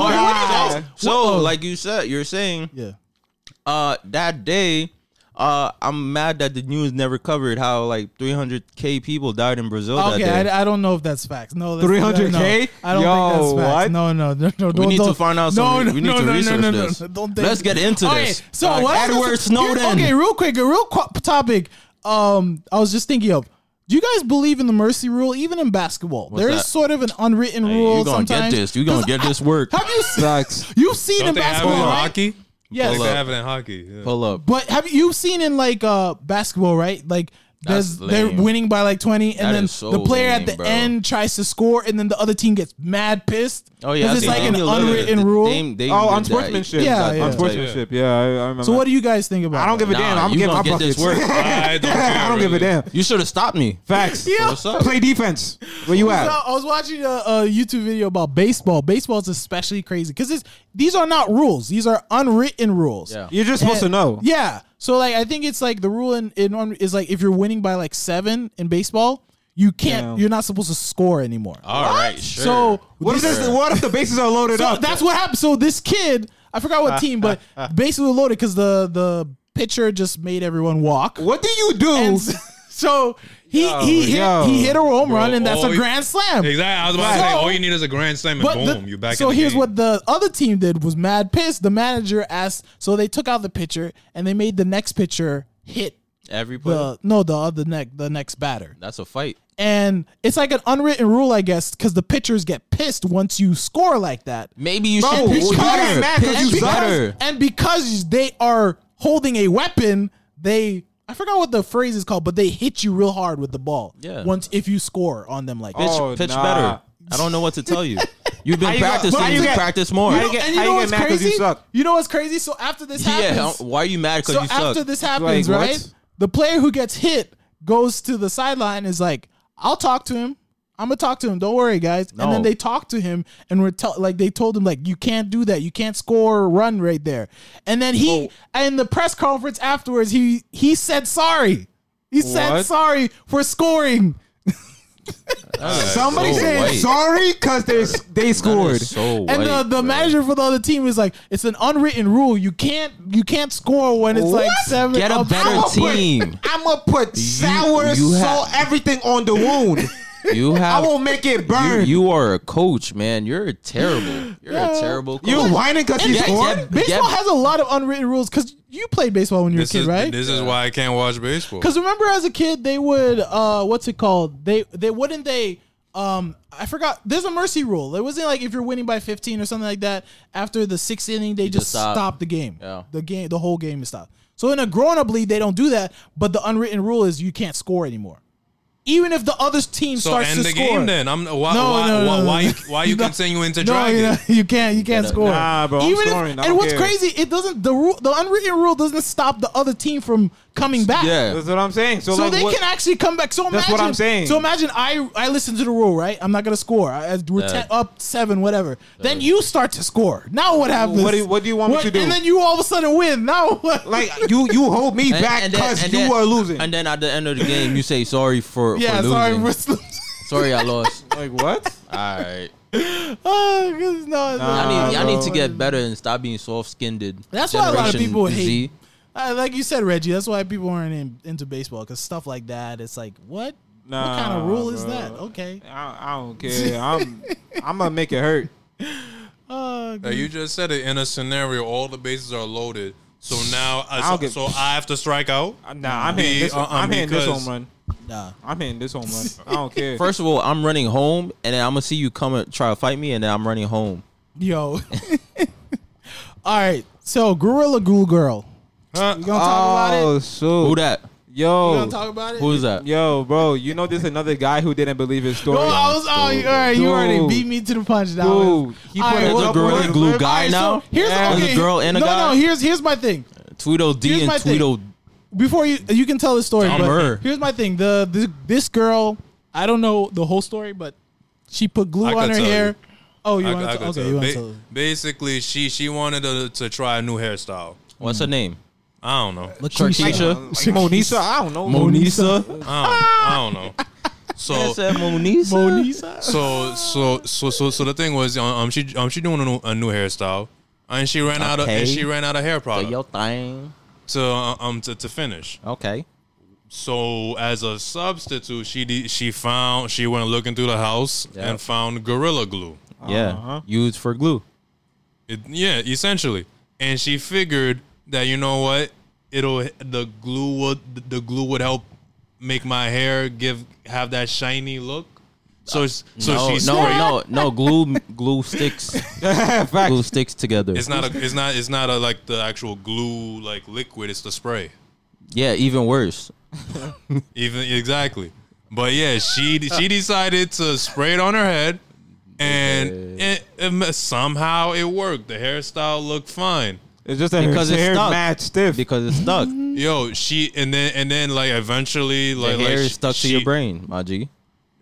D: Wow.
A: so, like you said, you're saying
C: Yeah,
A: uh that day uh I'm mad that the news never covered how like 300k people died in Brazil
C: okay.
A: that day.
C: I, I don't know if that's facts. No, that's,
D: 300K?
C: No, I don't
D: Yo,
C: think that's facts.
D: what?
C: No, no, no, no.
A: we
C: don't-
A: need to
C: don't-
A: find out
C: No,
A: some.
C: no,
A: we need
C: no,
A: to
C: no,
A: research
C: no, no,
A: this.
C: no, no, Don't think-
A: Let's get into
C: Okay,
A: this.
C: So what I was- [laughs]
A: Edward Snowden.
C: Here- okay, real quick, a real qu- topic. Um, I was just thinking of. Do you guys believe in the mercy rule, even in basketball? there is
A: that?
C: sort of an unwritten
A: Hey,
C: rule.
A: you gonna get
C: sometimes.
A: this. You gonna
C: 'Cause
A: get
C: [laughs]
A: this work.
C: Have you seen?
D: Facts.
C: You've seen
F: Don't
C: in
F: they have it in
C: basketball, right?
F: hockey?
C: Yes.
F: Like
A: Pull
F: they
A: up.
F: have it in hockey.
C: [laughs]
F: yeah.
A: Pull up.
C: But have you you've seen in like uh basketball, right? Like
A: That's
C: there's, they're
A: lame.
C: winning by like twenty, and
A: That
C: then
A: is so
C: the player
A: lame,
C: at the
A: bro.
C: end tries to score, and then the other team gets mad pissed.
A: Oh yeah,
C: 'Cause it's
A: they-
C: like an
A: they love it.
C: unwritten
A: They-
C: rule.
A: they-
D: [laughs]
A: they
D: Oh,
A: did
D: on
A: that.
D: sportsmanship.
C: Yeah,
A: Got
C: yeah.
D: On
A: that.
D: sportsmanship. Yeah, I, I remember.
C: so what do you guys think about?
D: I don't give a
A: Nah,
D: damn. I'm
A: you
D: getting
A: gonna
D: my
A: get this
D: buckets.
A: work.
F: I don't,
D: [laughs]
F: care,
D: I don't give a
F: really.
D: damn.
A: You should have stopped me.
D: Facts.
A: What's up?
D: Play defense. Where you
C: So
D: at?
C: I was watching a, a YouTube video about baseball. Baseball is especially crazy because it's these are not rules; these are unwritten rules.
A: Yeah.
D: You're just supposed to know.
C: Yeah. So like, I think it's like the rule in, in on- is like if you're winning by like seven in baseball, you can't.
D: Yeah.
C: You're not supposed to score anymore.
A: All right, sure.
C: So
D: What if
C: this-
D: this? What if the bases are loaded
C: so
D: up?
C: that's what happened. So this kid, I forgot what team,
D: [laughs]
C: but basically loaded because the the pitcher just made everyone walk.
D: What do you do?
C: And s- so he he hit
D: yo.
C: he hit a home run, and that's
F: oh,
C: a
F: he-
C: grand slam.
F: Exactly. I was about to
C: Right.
F: say,
C: So-
F: all you need is a grand slam and
C: But
F: boom,
C: the-
F: you back.
C: so
F: in the
C: here's
F: game.
C: what the other team did was mad pissed. The manager asked, so they took out the pitcher and they made the next pitcher hit.
A: Every play.
C: the no the other neck the next batter.
A: That's a fight.
C: And it's like an unwritten rule, I guess, because the pitchers get pissed once you score like that.
A: Maybe you
D: Bro,
A: should
D: he's
A: pitch
D: mad
A: better.
D: 'cause
A: Pitch
D: you suck.
A: better.
C: And because they are holding a weapon, they I forgot what the phrase is called, but they hit you real hard with the ball.
A: Yeah.
C: Once if you score on them like that.
A: Pitch,
D: Oh,
A: pitch
D: nah.
A: better. I don't know what to tell you. You've been
D: you got-
A: practicing.
D: how you
A: Just
D: get-
A: practice more.
D: how you get-
C: And you
D: how
C: know
D: you
C: what's
D: mad 'cause
C: crazy?
D: you suck? um,
C: You know what's crazy? So after this happens,
A: yeah. Why are you mad? Because
C: so
A: you
C: after
A: suck.
C: this happens,
D: Like, what?
C: right? The player who gets hit goes to the sideline and is like, "I'll talk to him. I'm gonna talk to him. Don't worry, guys."
A: No.
C: And then they talk to him and were tell like they told him like, "You can't do that. You can't score or run right there." And then he
A: Oh.
C: in the press conference afterwards, he he said sorry. He said
A: What?
C: sorry for scoring.
D: Somebody
A: so
D: saying
A: white.
D: sorry because they they scored.
A: So white.
C: And the, the manager for the other team is like, it's an unwritten rule. You can't you can't score when it's like seven.
A: Get a
C: up-
A: better
C: up-
A: team.
D: I'm gonna put sour
A: you
D: salt
A: have-
D: everything on the wound. [laughs]
A: You
D: I
A: have.
D: won't make it
A: You,
D: burn. You,
A: you are a coach, man. You're terrible. You're a terrible coach.
D: you whining because he
A: Oh, Yeah,
D: scored?
A: yeah,
C: Baseball
A: Yeah.
C: has a lot of unwritten rules because you played baseball when you were a
F: This
C: kid,
F: is
C: right?
F: this is why I can't watch baseball.
C: Because remember, as a kid, they would uh, what's it called? They they wouldn't they um I forgot. There's a mercy rule. It wasn't like if you're winning by 15 or something like that. After the sixth inning, they just
A: just stop.
C: stop. the game.
A: Yeah.
C: The game, the whole game is stopped. So in a grown up league, they don't do that. But the unwritten rule is you can't score anymore, even if the other team
F: So
C: starts
F: end
C: to
F: the
C: score.
F: game then. I'm why
C: No,
F: why,
C: no, no,
F: why,
C: no,
F: why
C: no. [laughs]
F: you why you
C: No.
F: continuing to
C: No,
F: drag
C: you, [laughs]
F: it?
C: you can't. You can't score.
D: Nah, bro, I'm
C: Even if-
D: scoring.
C: and
D: I don't
C: what's
D: care.
C: crazy, it doesn't. The rule, the unwritten rule, doesn't stop the other team from coming back.
A: Yeah.
D: That's what I'm saying. So,
C: So
D: like,
C: they
D: what,
C: can [laughs] actually come back. So
D: That's
C: imagine,
D: what I'm saying.
C: So imagine I I listen to the rule, right? I'm not gonna score. I, I- we're
A: Yeah.
C: te- up seven, whatever. then you start to score. Now what happens?
D: What do you- what do you want me to do?
C: And then you all of a sudden win. Now what?
D: like you you hold me
A: And-
D: back
A: and then-
D: because
A: and
D: you
A: then-
D: are losing.
A: And then at the end of the game, you say sorry for,
C: yeah,
A: for
C: sorry,
A: losing.
C: we're [laughs]
A: Sorry,
C: sl-
A: I lost.
D: like what?
A: All right.
C: oh, goodness, no, no.
A: I
D: [laughs] Nah,
A: need, I need to
D: bro.
A: get better and stop being soft skinned.
C: That's why a lot of people hate Uh, like you said, Reggie. That's why people aren't in, into baseball because stuff like that. It's like what? what kind of
D: Nah,
C: rule is
D: bro.
C: that? Okay.
D: I, I don't care. I'm I'm gonna make it hurt.
C: Uh,
F: Uh, you just said it in a scenario. All the bases are loaded. So now,
D: I
F: I,
D: don't
F: so,
D: give-
F: so I have to strike out.
D: Uh, Nah, I'm
F: Be-
D: hitting this.
F: uh-uh,
D: I'm hitting this
F: because-
D: home run.
C: nah.
D: I'm hitting this home run. I don't care.
A: First of all, I'm running home, and then I'm gonna see you come and try to fight me, and then I'm running home.
C: Yo. [laughs] All right. So Gorilla Glue Girl.
F: Huh?
C: You gonna talk about it?
D: oh shoot!
A: Who that?
C: You
D: Uh, Yo,
C: gonna talk about it?
A: Who's that?
D: yo, bro. You know there's another guy who didn't believe his story.
C: Oh, I was, oh, you- all right, you already
D: Dude.
C: beat me to the punch. That
D: Dude,
C: was,
D: he
C: all
D: put
C: right,
D: it Well,
A: There's a
C: what-
D: girl-
A: gorilla
D: well,
A: glue
D: well,
A: guy
C: all right,
A: now.
C: So here's
D: Yeah.
C: okay,
A: There's a girl and a
C: no,
A: guy?
C: No, here's here's my thing. Here's
A: Tweedledee
C: my
A: and
C: thing.
A: Tweedle.
C: Before you you can tell the story,
A: Tell her.
C: but here's my thing. The, the this girl, I don't know the whole story, but she put glue
F: I
C: on
F: could
C: her
F: tell
C: hair.
F: you.
C: Oh, you
F: I-
C: want
F: I
C: to?
F: could
C: Okay,
F: tell.
C: you want
F: Ba-
C: to tell.
F: Basically, she she wanted to, to try a new hairstyle.
A: What's her name? Oh.
F: I don't know.
A: Sharkeisha.
D: Like Monisa, I don't know.
A: Monisa.
F: I don't, I don't know.
A: I
F: So
A: said
C: [laughs]
A: Monisa.
C: Monisa.
F: so so so so so the thing was, um, she um she doing a new, a new hairstyle, and she ran out of and
A: Okay.
F: she ran out of hair
A: So
F: product
A: your thing.
F: to uh, um to, to finish.
A: Okay.
F: So as a substitute, she de- she found she went looking through the house
A: Yeah.
F: and found gorilla glue.
A: Yeah.
D: Uh-huh.
A: Used for glue.
F: It, yeah, essentially. And she figured that you know what, it'll the glue would the glue would help make my hair give have that shiny look. So it's, so
A: Uh, no,
F: she sprayed.
A: no, no, no. Glue,
C: [laughs]
A: glue sticks. glue sticks together.
F: It's not a it's not it's not a like the actual glue like liquid. It's the spray.
A: yeah, even worse.
F: Even exactly. But yeah, she she decided to spray it on her head, and it, it, somehow it worked. The hairstyle looked fine.
D: It's just that
A: Because
D: her
A: it's
D: hair
A: stuck.
D: mad stiff.
A: Because it's
C: [laughs]
A: stuck.
F: Yo, she and then and then like eventually
A: The
F: like
A: hair
F: like
A: is stuck
F: she,
A: to your brain, my G.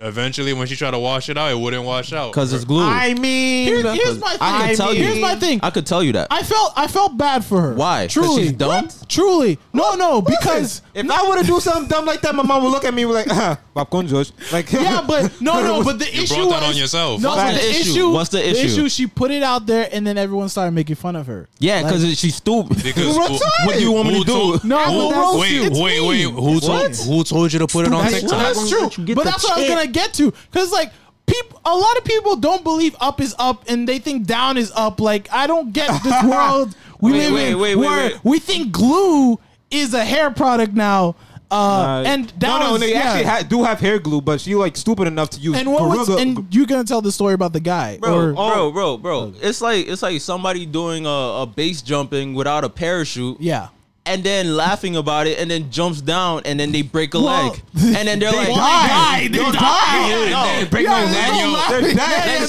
F: Eventually, when she tried to wash it out, it wouldn't wash out
A: Because it's glue.
D: I mean,
C: Here's, here's my thing.
A: I can tell you.
C: Here's my thing.
A: I could tell you that.
C: I felt I felt bad for her.
A: Why? 'Cause
C: Truly,
A: she's dumb?
C: What? Truly, no, no, because
D: if I were to do something dumb like that, my mom would look at me
C: [laughs]
D: [laughs] like, ah, popcorn George. Like, [laughs]
C: yeah, but no, no, but the
F: You
C: issue
F: brought that
C: was-
F: on yourself.
C: No,
A: What's
C: but
A: the
C: the
A: issue?
C: issue.
A: What's the issue?
C: She put it out there, and then everyone started making fun of her.
A: yeah,
C: Like-
A: because she's stupid.
F: because
D: What's up?
A: what do you want me to do?
C: No, but
F: who,
C: that's-
F: wait,
C: it's
F: wait,
C: me.
F: wait. Who told, who told you to put it on
C: That's,
F: TikTok?
C: that's true. But that's what I was gonna get to. Cause like people, a lot of people don't believe up is up, and they think down is up. Like I don't get this world we
A: Wait,
C: live
A: wait,
C: in
A: wait, wait,
C: where
A: wait.
C: we think glue is a hair product now. Uh, and that
D: no, no,
C: was-
D: they
C: yeah.
D: actually ha- do have hair glue, but she like stupid enough to use
C: and what was,
D: Gorilla-
C: and you're gonna tell the story about the guy
A: Bro, oh.
C: or
A: bro, bro, bro. It's like it's like somebody doing a, a base jumping without a parachute,
C: yeah.
A: and then laughing about it, and then jumps down, and then they break a
C: Well,
A: leg, and then they're like,
C: died. They died.
A: No,
F: Break my leg, yo.
D: They're
A: let's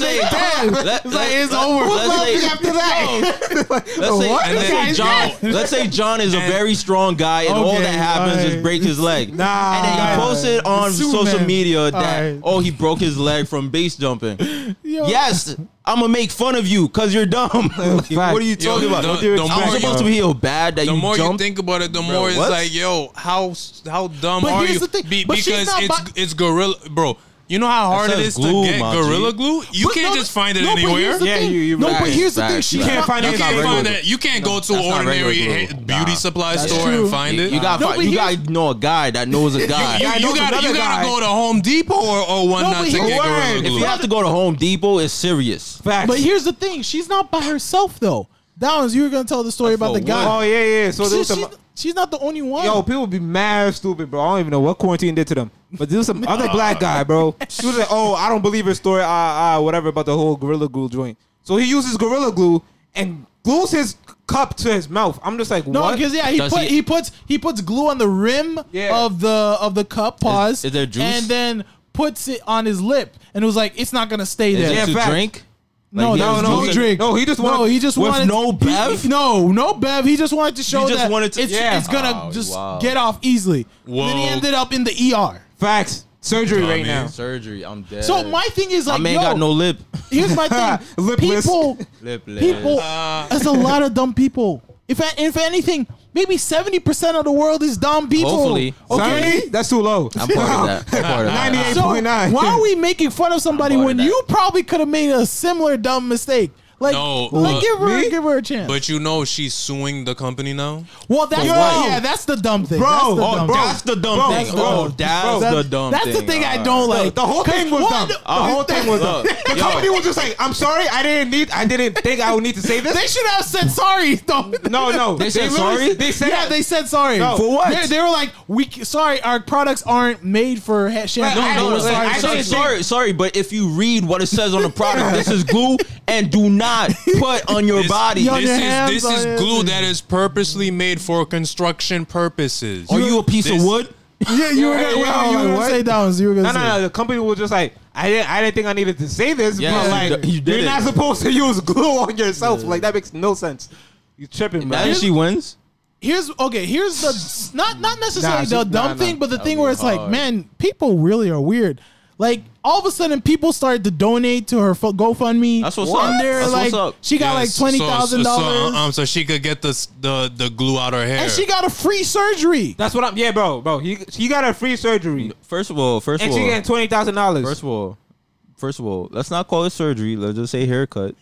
D: dead.
A: say, let, like
C: it's over.
A: Let's say,
D: after that.
C: [laughs]
A: let's say,
F: And
A: let's
F: then
A: say John.
F: John.
A: Let's say John is a
F: And-
A: very strong guy, and all
C: Okay,
A: that happens
C: alright.
A: is break his leg.
D: Nah.
A: and then he posted on
C: Superman.
A: social media that
C: Alright.
A: oh he broke his leg from base jumping.
C: [laughs] Yo.
A: Yes, I'm gonna make fun of you because
C: [laughs]
A: you're dumb. Like, what are you
F: Yo,
A: talking about?
F: the-
D: do
F: the
D: it.
F: more
A: I'm
F: you-
A: supposed to heal bad that
F: the
A: you
F: more
A: jumped.
F: you think about it, the more it's
A: what?
F: like, yo, how how dumb
C: But
F: are
C: here's
F: you?
C: the thing,
F: Be-
C: but she's
F: because
C: not
F: it's
C: bu-
F: it's gorilla, bro. You know how hard it
A: says
F: is
A: glue,
F: to get
A: my G.
F: gorilla glue. You
C: But no,
F: can't just find it
C: no, but
F: anywhere.
C: here's the
F: You
D: Yeah,
C: thing.
D: you- you-
C: no, but
A: Facts,
C: here's the
A: facts,
C: thing. She
A: facts.
C: can't
D: You
C: find
D: can't
C: it.
D: That's
F: can't
D: not
F: find
D: regular
F: that. You can't go to
A: That's not
F: an ordinary
A: regular
F: ha-
A: glue.
F: beauty
A: Nah.
F: supply
C: That's
F: store
C: true.
F: and find
A: You
F: it.
A: got
C: No,
A: fi-
C: but
A: you
C: here's-
A: gotta know a guy that
C: [laughs]
A: knows a guy.
F: You,
D: I
F: you
D: know
F: gotta you
D: another guy.
F: gotta go to Home Depot or or one
C: No,
F: not
C: but
F: to
C: here's-
F: get gorilla
D: Word.
A: if
F: glue.
A: you have to go to Home Depot, it's serious.
D: Facts.
C: But here's the thing. She's not by herself though. Downs, you were gonna tell the story about the
A: feel
C: guy.
D: oh yeah, yeah. So
C: She-
D: there's some.
C: she's, she's not the only one.
D: Yo, people be mad stupid, bro. I don't even know what quarantine did to them. But there was some
C: [laughs]
D: other black guy, bro. He was like, "Oh, I don't believe her story. Ah, ah, whatever about the whole gorilla glue joint." So he uses gorilla glue and glues his cup to his mouth. I'm just like,
C: no,
D: what?
C: because yeah, he
A: Does
C: put
A: he-
C: he, puts he puts glue on the rim
D: Yeah.
C: of the of the cup. Pause.
A: is there juice?
C: And then puts it on his lip, and it was like it's not gonna stay
A: Is
C: there.
A: it
D: Yeah,
A: to
D: facts.
A: drink?
C: No,
A: Like, he
C: no,
A: has
C: no,
A: juice
C: he
A: in-
C: drink.
D: No, he just
C: no,
D: wanted-
C: he just
A: with
C: wanted
A: no
C: he-
A: bev?
C: he- no, no bev. He just wanted to show
A: just
C: that
A: wanted to-
C: it's,
A: yeah.
C: it's gonna
A: Oh,
C: just
A: wow.
C: get off easily. Then he
F: Whoa.
C: ended up in the ER.
D: Facts. Surgery right
F: man.
D: now.
A: Surgery. I'm dead.
C: So my thing is
A: I
C: like,
A: man
C: yo,
A: got no [laughs] lip.
C: here's my
D: [laughs]
C: thing.
D: Lipless.
C: People,
A: Lipless.
C: people,
F: Uh.
C: that's a lot of dumb people. If I- if anything, maybe seventy percent of the world is dumb people.
A: Hopefully.
C: okay.
D: Seventy? That's too low.
A: I'm part
D: [laughs]
A: of that. I'm part of that.
D: 98.
C: So
D: 8.9.
C: why are we making fun of somebody
A: I'm on
C: when
A: that.
C: you probably could have made a similar dumb mistake? Like,
F: No,
C: like
F: uh,
C: give her
D: me?
C: give her a chance.
F: But you know she's suing the company now.
C: well, that's
A: Yo!
C: yeah, that's the dumb thing, that's the
D: Bro,
C: dumb
A: Oh,
C: thing.
A: that's the dumb
D: Bro,
A: thing.
D: that's the-
A: Oh,
D: bro,
A: that's the
D: that's-
A: dumb
C: That's
A: thing. Uh,
C: the thing I
A: Alright.
C: don't like.
D: The whole thing was
C: What?
D: dumb. The whole thing
A: [laughs]
D: was dumb.
A: Look,
D: The
A: yo.
D: company was just like, "I'm sorry, I didn't need, I didn't think I would need to say this."
C: They should have said sorry. Though. [laughs]
D: No, no.
A: They said
D: literally-
A: sorry?
D: They said
C: yeah, they said sorry.
D: No. For
C: what? They, they were like, we c- sorry, our products aren't made for ha- shampoo.
D: Right,
C: No,
D: I-
A: No,
C: we're
A: no,
C: sorry.
A: I'm
D: I
A: sorry,
D: didn't
A: sorry, sorry, but if you read what it says on the product, this is glue, and do not put on your
F: This-
A: body.
C: Yo,
F: This
C: your
F: is
C: hands
F: this
C: on
F: is
C: it.
F: glue that is purposely made for construction purposes.
A: Are you a piece
F: This-
A: of wood?
C: [laughs] Yeah, you were gonna,
D: Yo,
C: you were gonna
D: what?
C: say that was you were gonna
D: No,
C: say.
D: no, no. The company was just like, I didn't, I didn't think I needed to say this,
A: Yeah,
D: but
A: you
D: like,
A: d- you
D: you
A: did
D: are
A: it.
D: not supposed to use glue on yourself. Like that makes no sense. You tripping, bro?
A: Imagine she wins.
C: Here's okay. Here's the not not
D: Nah,
C: necessarily
D: it's
C: the
D: just-
C: dumb
D: nah, nah.
C: thing, but the thing
A: be
C: where it's like,
A: hard.
C: man, people really are weird. Like all of a sudden, people started to donate to her fo- GoFundMe.
A: That's what's
C: And
A: up.
C: they're
A: That's
C: like,
A: what's up.
C: she got
F: Yes,
C: like
F: so-
C: twenty thousand
F: so- So,
C: dollars,
F: um, so she could get the s- the the glue out her hair.
C: and she got a free surgery.
D: That's what I'm. Yeah, bro, bro. He he got a free surgery,
A: First of all, first
D: and
A: of
D: she
A: all,
D: getting twenty thousand
A: first
D: dollars.
A: of all, first of all, let's not call it surgery. Let's just say haircut.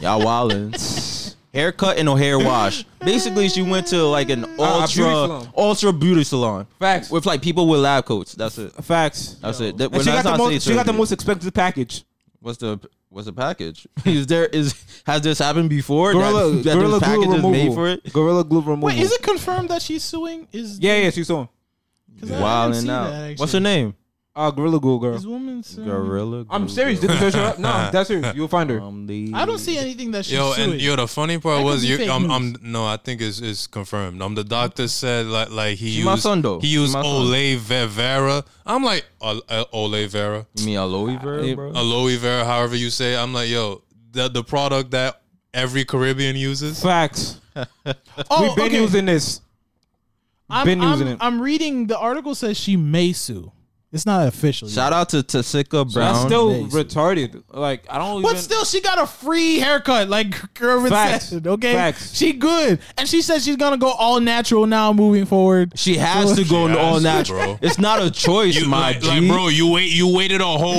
A: Y'all wildin'. Haircut and a hair wash. Basically, she went to like an
D: Uh, a
A: ultra
D: beauty salon.
A: ultra beauty salon.
D: Facts.
A: With like people with lab coats. That's it.
D: Facts.
A: That's it. That,
D: And she got
A: that's
D: the
A: not saying
D: most. She got the
A: surgery.
D: most expensive package.
A: What's the what's the package? [laughs] Is there is has this happened before?
D: Gorilla,
A: [laughs] that, that
D: gorilla
A: this
D: glue
A: package is
D: removal.
A: made for it.
D: Gorilla glue removal.
C: Wait, is it confirmed that she's suing? Is
D: Yeah, yeah. She's on.
C: 'cause I didn't see
A: Wilding
C: that,
A: out.
C: actually.
A: What's her name?
D: Uh, gorilla glue girl.
C: Is woman suing?
A: Gorilla.
D: Mm. I'm
A: Glue
D: serious. Did
A: Girl.
D: you search her up?
A: [laughs]
D: No, that's serious. You'll find her.
A: Um, the-
C: I don't see anything that she's
F: Yo,
C: suing.
F: and yo, the funny part
C: That
F: was
C: could be fake
F: you. Um, um, no, I think it's, it's confirmed. Um, the doctor said like like he
A: She's
F: used
A: my son, though.
F: he
A: She's
F: used
A: my son.
F: Ole Vera. I'm like uh, uh, Ole Vera,
A: You mean aloe vera, bro?
F: Aloe Vera, however you say. it. I'm like yo, the the product that every Caribbean uses.
D: Facts.
C: oh,
D: We've been
C: okay.
D: using this.
C: I'm,
D: been
C: I'm-
D: using it.
C: I'm reading the article says she may sue. It's not official. yet.
A: Shout out to Tasika Brown.
D: That's still
C: Basically.
D: retarded. Like I don't.
C: But
D: even,
C: still, she got a free haircut, like [laughs] Gervin
D: Facts.
C: said. Okay,
D: Facts.
C: she good, and she said she's gonna go all natural now moving forward.
A: she has to go
F: She
A: all
F: has to,
A: natural.
F: bro.
A: It's not a choice,
F: You,
A: my
F: like,
A: G.
F: like, bro, you wait, you waited a whole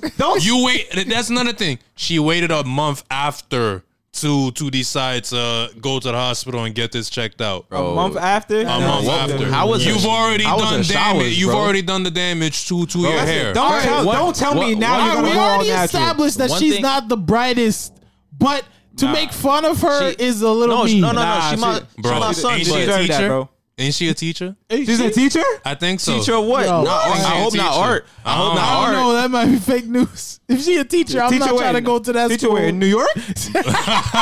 A: [laughs]
D: don't don't
F: You wait. That's another thing. She waited a month after to to decide to go to the hospital and get this checked out.
D: a month after.
F: A month
A: what-
F: after.
A: how was
F: you've
A: her-
F: already
A: how was
F: done
A: her showers,
F: damage. You've
A: bro?
F: already done the damage to to your
D: That's it.
F: hair.
D: Don't
A: Alright,
D: tell,
A: what-
D: don't tell me
A: what-
D: now
A: what-
C: we
D: you're gonna
A: Alright,
D: go all
C: already
D: natural.
C: established that
A: One
C: she's
A: thing-
C: not the brightest, but to make fun of her
A: She-
C: is a little
A: no, she-
C: mean.
A: no, no, no.
D: Nah,
A: she, my,
D: she-
A: she
F: Bro,
A: my
F: she-
A: son,
F: ain't
A: but
F: she
D: Deserve that,
F: teacher?
D: bro.
F: Ain't she a teacher?
D: She's a teacher?
F: I think so.
A: Teacher of what?
C: Yo,
A: Not-
C: what?
A: I hope not art. I hope
F: Uh-huh.
A: not
C: I
A: art.
C: don't know. Oh, That might be fake news. [laughs] If she a teacher, I'm
D: teacher
C: not
D: where?
C: trying to go to that
D: Teacher
C: school.
D: where? In New
C: [laughs]
D: York?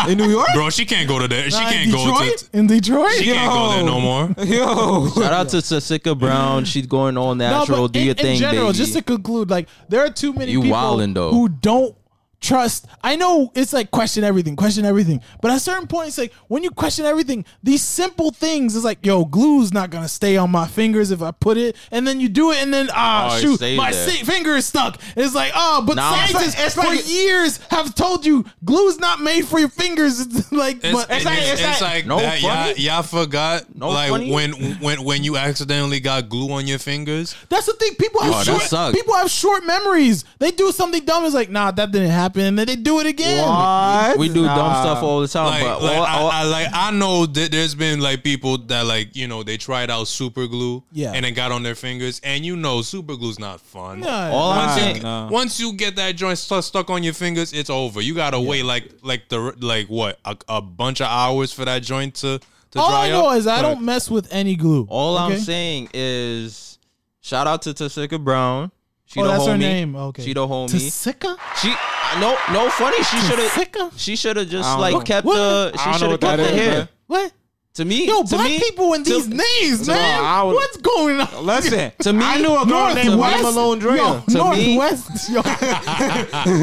D: in New York?
F: Bro, she can't go to that. She
C: Nah, in
F: can't go
C: Uh, Detroit?
F: to.
C: in Detroit.
F: She can't go there
D: Yo.
F: no more.
D: [laughs] Yo.
A: [laughs] Shout out to Sasika
F: Mm-hmm.
A: Brown. She's going all natural. Do
C: in,
A: your thing,
C: in general,
A: baby.
C: just to conclude, like there are too many
A: You
C: people
A: wildin', though.
C: who don't trust. I know it's like question everything, question everything, but at a certain point, it's like when you question everything, these simple things is like, yo, glue's not gonna stay on my fingers if I put it, and then you do it, and then ah,
A: Oh, it
C: shoot,
A: stays
C: my
A: there.
C: si- finger is stuck. It's like oh, but
A: Nah. It's like-
C: scientists for years have told you glue's not made for your fingers. [laughs] It's like,
F: It's,
C: but
F: it's, it's like
A: No
F: that. Y'all,
A: funny?
F: y'all forgot.
A: No
F: like
A: funny?
F: when when when you accidentally got glue on your fingers.
C: That's the thing. People have
A: Oh, that
C: short.
A: sucks.
C: People have short memories. They do something dumb. It's like, nah, that didn't happen, and then they do it again.
D: What?
A: we do dumb
D: Nah.
A: stuff all the time,
F: Like,
A: but
F: like,
A: all, all-
F: I, I, like I know that there's been like people that like you know they tried out super glue
C: Yeah.
F: and it got on their fingers and you know super glue's not fun.
C: Yeah.
A: all I'm
F: Once
A: saying,
F: you, once you get that joint stu- stuck on your fingers, it's over. You gotta wait like like the like what a, a bunch of hours for that joint to to
C: All
F: dry
C: I know
F: up.
C: is I
F: But-
C: don't mess with any glue.
A: all I'm
C: okay?
A: saying is shout out to Tasika Brown. She
C: Oh,
A: the
C: that's
A: homie.
C: her name. Okay.
A: She the homie.
C: Tasica?
A: she I- no no funny. She should
C: Tasika?
A: have. She should have
D: I
A: just
D: don't
A: like
D: know.
A: kept
C: What?
A: the.
D: I don't know
A: She should have
D: what that
A: kept the
D: is,
A: hair.
D: man.
C: What?
A: To me,
C: Yo,
A: to
C: black
A: me,
C: people and
A: to-
C: these names,
D: No, I
C: man.
D: would-
C: What's going on?
D: Listen,
A: To me-
D: I knew a girl named
C: Northwest?
D: William Malone Drea.
C: Yo,
A: To me-
C: Northwest. [laughs] Yo.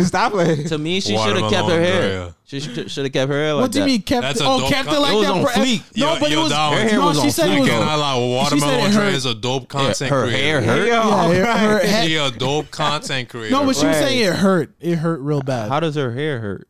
D: Stop it.
A: To me, she
F: Water
A: should have kept her
F: Malone,
A: hair.
F: Drea.
A: She should have kept her hair like
C: what do you
A: that.
C: mean kept
F: That's
C: it?
F: a
C: Oh,
F: dope
C: kept it
F: con-
C: like
A: It was
C: that
A: on
C: for
A: fleek.
C: No,
F: Yo,
C: but it
F: yo,
C: was
F: that one- Her
A: hair
C: no,
A: was
C: she
A: on
C: said it
A: fleek,
C: was
A: yo.
F: Can I lie?
C: She said it
F: Watermelon Dre
C: hurt.
F: is a dope
A: Yeah,
F: content
A: her hair
F: creator.
A: hurt.
C: Yeah, her-
F: [laughs]
C: her head-
F: She a dope content creator.
C: No, but she was
D: Right.
C: saying it hurt. It hurt real bad.
A: How does her hair hurt?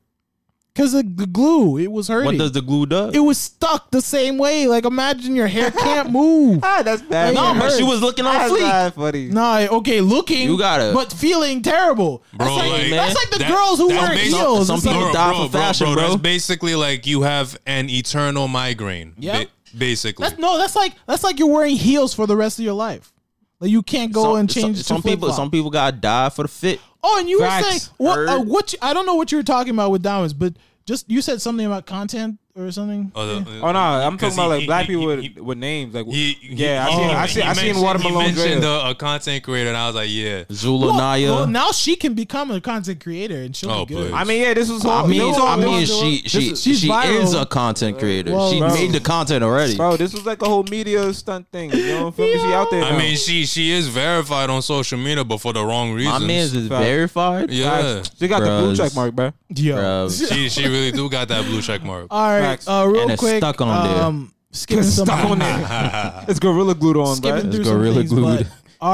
C: Because of the glue, it was hurting.
A: What does the glue do?
C: it was stuck the same way. Like imagine your hair can't
A: [laughs]
C: move.
D: Ah, that's bad.
C: No,
D: That
C: but
D: hurts.
C: she
A: was looking on
D: That's
A: fleek.
D: bad, buddy.
C: Nah, okay, looking
A: You gotta-
C: but feeling terrible.
F: Bro,
C: that's like,
F: like-
C: that's like the
F: that-
C: girls who
F: that's
C: wear
F: based-
C: heels.
A: some
C: It's like-
A: people die for fashion, bro.
F: That's basically like you have an eternal migraine.
C: Yeah.
F: ba- basically.
C: that's, no, that's like that's like you're wearing heels for the rest of your life. Like you can't go and change. to
A: some people.
C: flip-flop.
A: Some people got die for the fit.
C: Oh, and you were saying
D: Facts.
C: what?
A: Heard.
C: Uh, what? You, I don't know what you were talking about with diamonds, but just you said something about content or something.
F: Uh,
D: Oh no, I'm talking
F: because
D: about
F: he-
D: like
F: he-
D: black
F: he-
D: people
F: he-
D: with,
F: he-
D: with names. Like,
F: He, he-
D: yeah, I
F: he-
D: seen, I
F: he
D: seen, I seen
F: mentioned-
D: Watermelon
F: He mentioned
D: Drea.
F: uh, a content creator, and I was like, yeah.
A: Zula
C: Well,
A: Naya.
C: well, now she can become a content creator and she'll
F: Oh,
C: be good.
F: please.
D: I mean, yeah, this was all.
A: I mean,
D: this was all
A: I mean,
D: this was-
A: she she
C: is- she's
A: she
C: viral.
A: is a content creator.
C: Well,
A: she
C: bro.
A: made the content already.
D: bro, this was like a whole media stunt thing. You know, feel me? She out there.
F: I
D: now.
F: mean, she she is verified on social media, but for the wrong
A: My
F: reasons.
A: man's is verified.
F: yeah,
D: she got
A: Bruh,
D: the blue
A: it's-
D: check mark, bro.
C: Yo.
A: Bro,
F: she she really do got that blue
A: [laughs]
F: check mark.
C: All right,
D: Facts.
C: uh, real
A: And it's
C: quick.
A: stuck on there.
C: um, skipping some
D: Stuck
C: [laughs]
D: on
F: Ah.
D: there. it's gorilla glued on, bro.
C: skipping through
A: It's
C: some
A: Gorilla
C: things, [laughs]
A: Glued.
C: but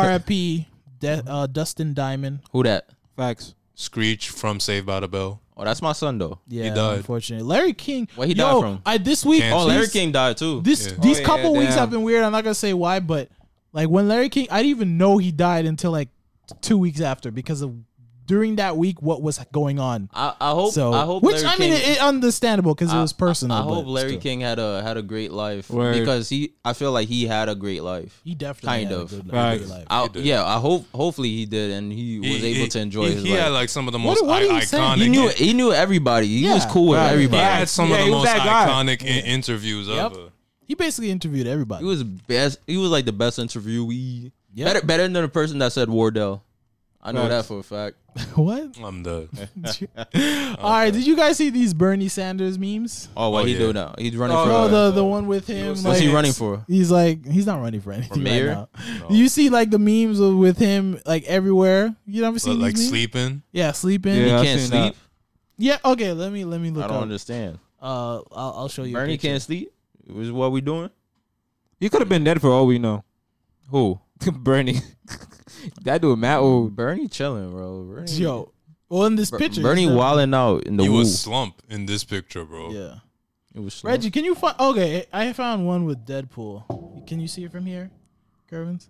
C: R.I.P. De- uh, Dustin Diamond.
A: who that?
D: Facts.
F: Screech from Saved by the Bell.
A: Oh, that's my son though.
C: Yeah,
F: died.
C: unfortunately, Larry King.
A: Where he
C: Yo,
A: died from?
C: I this week.
F: Cancer.
A: Oh, Larry
C: these-
A: King died too.
C: This
F: Yeah.
C: these
D: Oh, yeah,
C: couple weeks
D: damn.
C: have been weird. I'm not gonna say why, but like when Larry King, I didn't even know he died until like t- two weeks after because of during that week what was going on.
A: I, I hope.
C: So,
A: I hope.
C: which
A: Larry
C: I mean,
A: King,
C: it, it understandable because it
A: I-
C: was personal.
A: I,
C: but
A: hope Larry
C: still.
A: King had a had a great life
D: Word.
A: because he. I feel like he had a great life.
C: He definitely
A: Kind
C: had a
A: of.
C: good
D: Right.
C: good life.
A: I,
F: did.
A: yeah, I hope. Hopefully, he did, and he, was able to enjoy
F: he,
A: his
F: he
A: life.
F: had like some of the
C: What-
F: most
C: what
F: i-
C: are you saying?
F: iconic.
A: he knew. He knew everybody. He was
C: Yeah.
A: cool with
D: Right.
F: He
A: everybody.
F: had some
D: Yeah,
F: of
D: he
F: the
D: was
F: most
D: that guy.
F: iconic in- interviews
C: Yep.
F: ever.
C: He basically interviewed everybody.
A: He was best. He was like the best interviewee.
C: Yeah.
A: Better, better than the person that said Wardell. I know that
D: Facts.
A: for a fact.
C: [laughs] what?
F: I'm the
C: [laughs] All right, did you guys see these Bernie Sanders memes?
A: Oh, what
F: Oh,
A: he
F: yeah.
A: do now? He's running
D: Oh,
A: for.
C: No,
A: uh,
C: the the one with him.
F: was-
A: what's
C: like,
A: he running for?
C: He's like he's not running for anything.
A: mayor?
C: Right now. You see like the memes of- with him like everywhere. You never seen
F: like
C: these memes?
F: sleeping.
C: Yeah, sleeping.
A: He
D: Yeah.
C: Yeah.
D: I've
A: can't
D: seen
A: sleep.
D: that.
C: okay. Let me let me look.
A: I
C: up.
A: don't understand.
C: Uh, I'll, I'll show you. a
A: Bernie
C: picture.
A: can't sleep. Is what we doing?
D: He could have been dead for all we know.
A: Who?
D: [laughs] Bernie. that dude, Matt old.
A: Bernie chilling, bro.
C: [laughs]
A: Bernie,
C: Yo, well in this
A: Ber-
C: picture,
A: Bernie
C: it's the-
A: wilding out in the
F: He
A: woo.
F: was slump in this picture, bro.
C: Yeah,
A: It was slow.
C: Reggie, can you find? Okay, I found one with Deadpool. Can you see it from here, Kervins?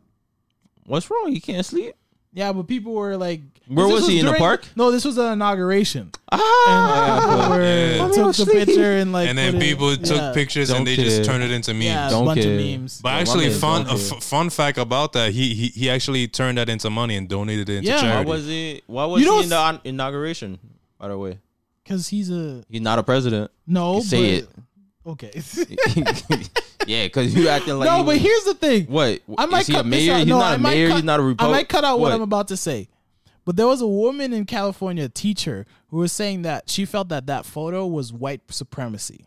A: What's wrong? He can't sleep.
C: Yeah, but people were like,
A: Where
C: this
A: was he, in the park?
C: No, this was an inauguration. [laughs]
A: Ah,
C: People were-
F: Yeah.
C: took the picture and like,
F: And then
C: put it-
F: people took
C: yeah.
F: pictures
A: Don't
F: and they just
A: care.
F: turned it into memes.
C: Yeah,
A: Don't
C: a bunch
A: care.
C: of memes.
F: But
A: my
F: actually,
A: man's
F: fun
A: don't
F: a
A: care.
F: f- fun fact about that, he, he he actually turned that into money and donated it into
C: Yeah. Why
A: why
F: charity.
A: was he? Why was
C: You know
A: he in the on- inauguration? By the way,
C: Because he's a
A: he's not a president.
C: no.
A: Say
C: [laughs] but, Okay.
A: it. [laughs] Yeah, because you acting like
C: no,
A: he
C: but
A: was-
C: here's the thing.
A: what
C: I might
A: is he
C: cut
A: a mayor?
C: This out.
A: He's
C: no,
A: not
C: I
A: a
C: might
A: mayor.
C: Cut,
A: he's not a
C: I
A: Republican.
C: might cut out what? I'm about to say. But there was a woman in California, a teacher, who was saying that she felt that that photo was white supremacy.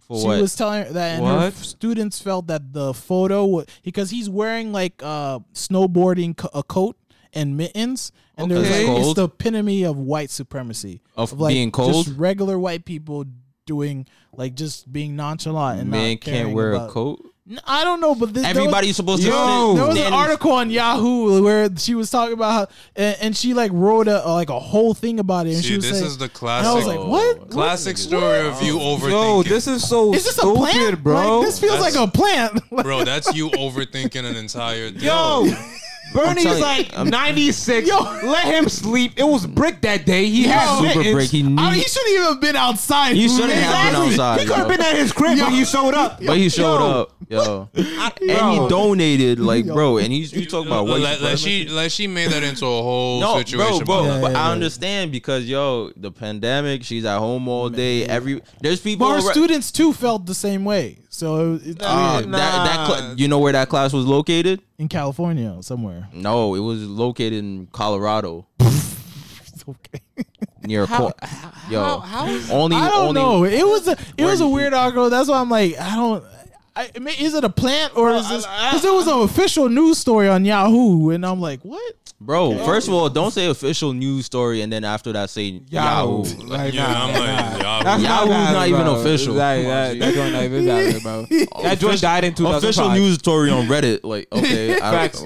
A: for
C: she
A: what?
C: was telling her that and her
F: What?
C: f- students felt that the photo was because he's wearing like uh snowboarding co- a coat and mittens and they're
A: Okay.
C: like it's
A: Cold.
C: the epitome of white supremacy
A: Of
C: like
A: being cold?
C: just regular white people doing like just being nonchalant and
A: Man
C: not
A: can't
C: caring
A: wear a
C: about-
A: coat.
C: N- I don't know, but this, there was-
A: Everybody's supposed to.
D: Yo!
A: sit-
C: there was an
A: stand-
C: article on Yahoo where she was talking about how, and, and she like wrote a like a whole thing about it. And
F: See,
C: she was
F: this
C: saying,
F: is the
C: and I was like,
F: classic,
C: what? What?
F: classic story of you overthinking.
D: Yo, this is so
C: Is this a
D: stupid,
C: plant,
D: bro.
C: Like, this feels
F: That's-
C: like a plant. [laughs]
F: bro. That's you overthinking an entire. Thing.
D: Yo, Bernie's
A: telling you,
D: like
A: [laughs] I'm-
D: 96. Let him sleep. It was brick that day. He had
A: Super
D: mittens.
A: break. He knew.
C: I mean, he shouldn't even have been outside.
A: He shouldn't have been
D: Exactly.
A: outside.
D: He could have
A: yo.
D: been at his crib when you showed up.
A: But he showed
D: Yo.
A: up,
C: [laughs]
A: yo, and
D: Bro.
A: he donated, like, bro. And he's you talking about what?
F: Like, like she, like she made that into a whole
A: no,
F: situation.
A: bro, bro.
F: bro.
A: but I understand because yo, the pandemic. She's at home all day. Every there's people.
C: But her
A: arou-
C: students too felt the same way. So it, it's
A: Uh,
C: weird.
A: that, that cla- you know where that class was located?
C: in California somewhere. [laughs]
A: No, it was located in Colorado
C: It's okay.
A: near Cor- yo. only,
C: I don't
A: only,
C: know. It was a it was a
A: Where-
C: weird article. That's why I'm like I don't. I, I mean, is it a plant or is this? Because it was an official news story on Yahoo, and I'm like, what?
A: bro. First of all, don't say official news story, and then after that, say Yahoo.
D: Yahoo. Like,
F: yeah,
D: nah,
F: I'm
D: nah.
F: like, yeah,
D: That's
A: Yahoo's not even
D: bro.
A: official.
D: Like,
A: Come on,
D: that,
A: G.
D: that joint not even valid, bro. That joint
A: Official-
D: died in 2005.
A: Official news story on
D: [laughs]
A: Reddit. Like, okay, I,
D: Facts.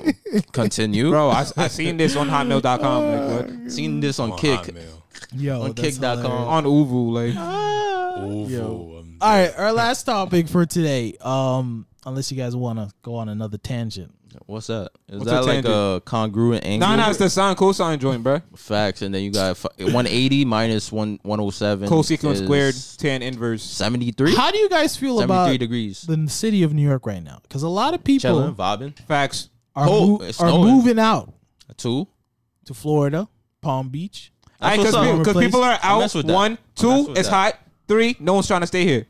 A: continue.
D: Bro, I, I seen this on hotmail.com. Like, what?
A: Seen this on,
F: on
A: Kick.
F: Hotmail.
C: Yo,
A: On
C: that's
A: kick.com.
C: hilarious.
D: On Uvu. Like,
F: Ooh, um,
C: All right, our last topic for today. Um, unless you guys want to go on another tangent.
A: What's that? Is
D: What's a
A: that like
D: tangent?
A: a congruent angle?
D: nah, nah, it's the sign cosine joint, bro.
A: Facts, and then you got fi- 180 minus one 107.
D: Cosecant
A: is
D: squared, tan inverse.
A: 73?
C: How do you guys feel
A: 73
C: about
A: degrees.
C: the city of New York right now? Because a lot of people
A: Chilling, vibing.
D: Facts.
C: are,
A: Cold.
C: mo-
A: It's
C: are
A: snowing.
C: moving out
A: Two.
C: to Florida, Palm Beach.
A: That's what's
D: Because
A: up.
C: we-
D: people,
C: Replace-
D: are
A: I
D: out.
A: mess with that. I
D: One,
A: mess
D: two,
A: with
D: it's
A: that.
D: hot. Three, no one's trying to stay here.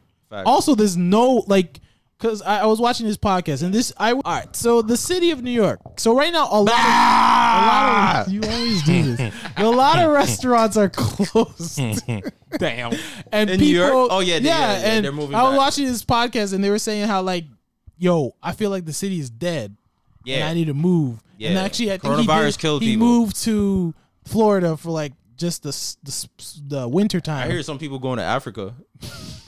C: Also, there's no like because I, I was watching this podcast and this I all right. So the city of New York. So right now a lot of a lot of you always do
A: [laughs]
C: this. a lot of restaurants are [laughs] closed.
D: Damn.
C: and
A: In
C: people,
A: New York? Oh, yeah, they- yeah, yeah,
C: and
A: they're moving
C: I was
A: back.
C: watching this podcast and they were saying how like, yo, I feel like the city is dead. and
A: Yeah.
C: I need to move. and
A: Yeah.
C: actually, I think he
A: Coronavirus
C: did-
A: killed
C: he
A: people.
C: moved to Florida for like just the s- the, s- the winter
A: I
C: time.
A: hear some people going to Africa.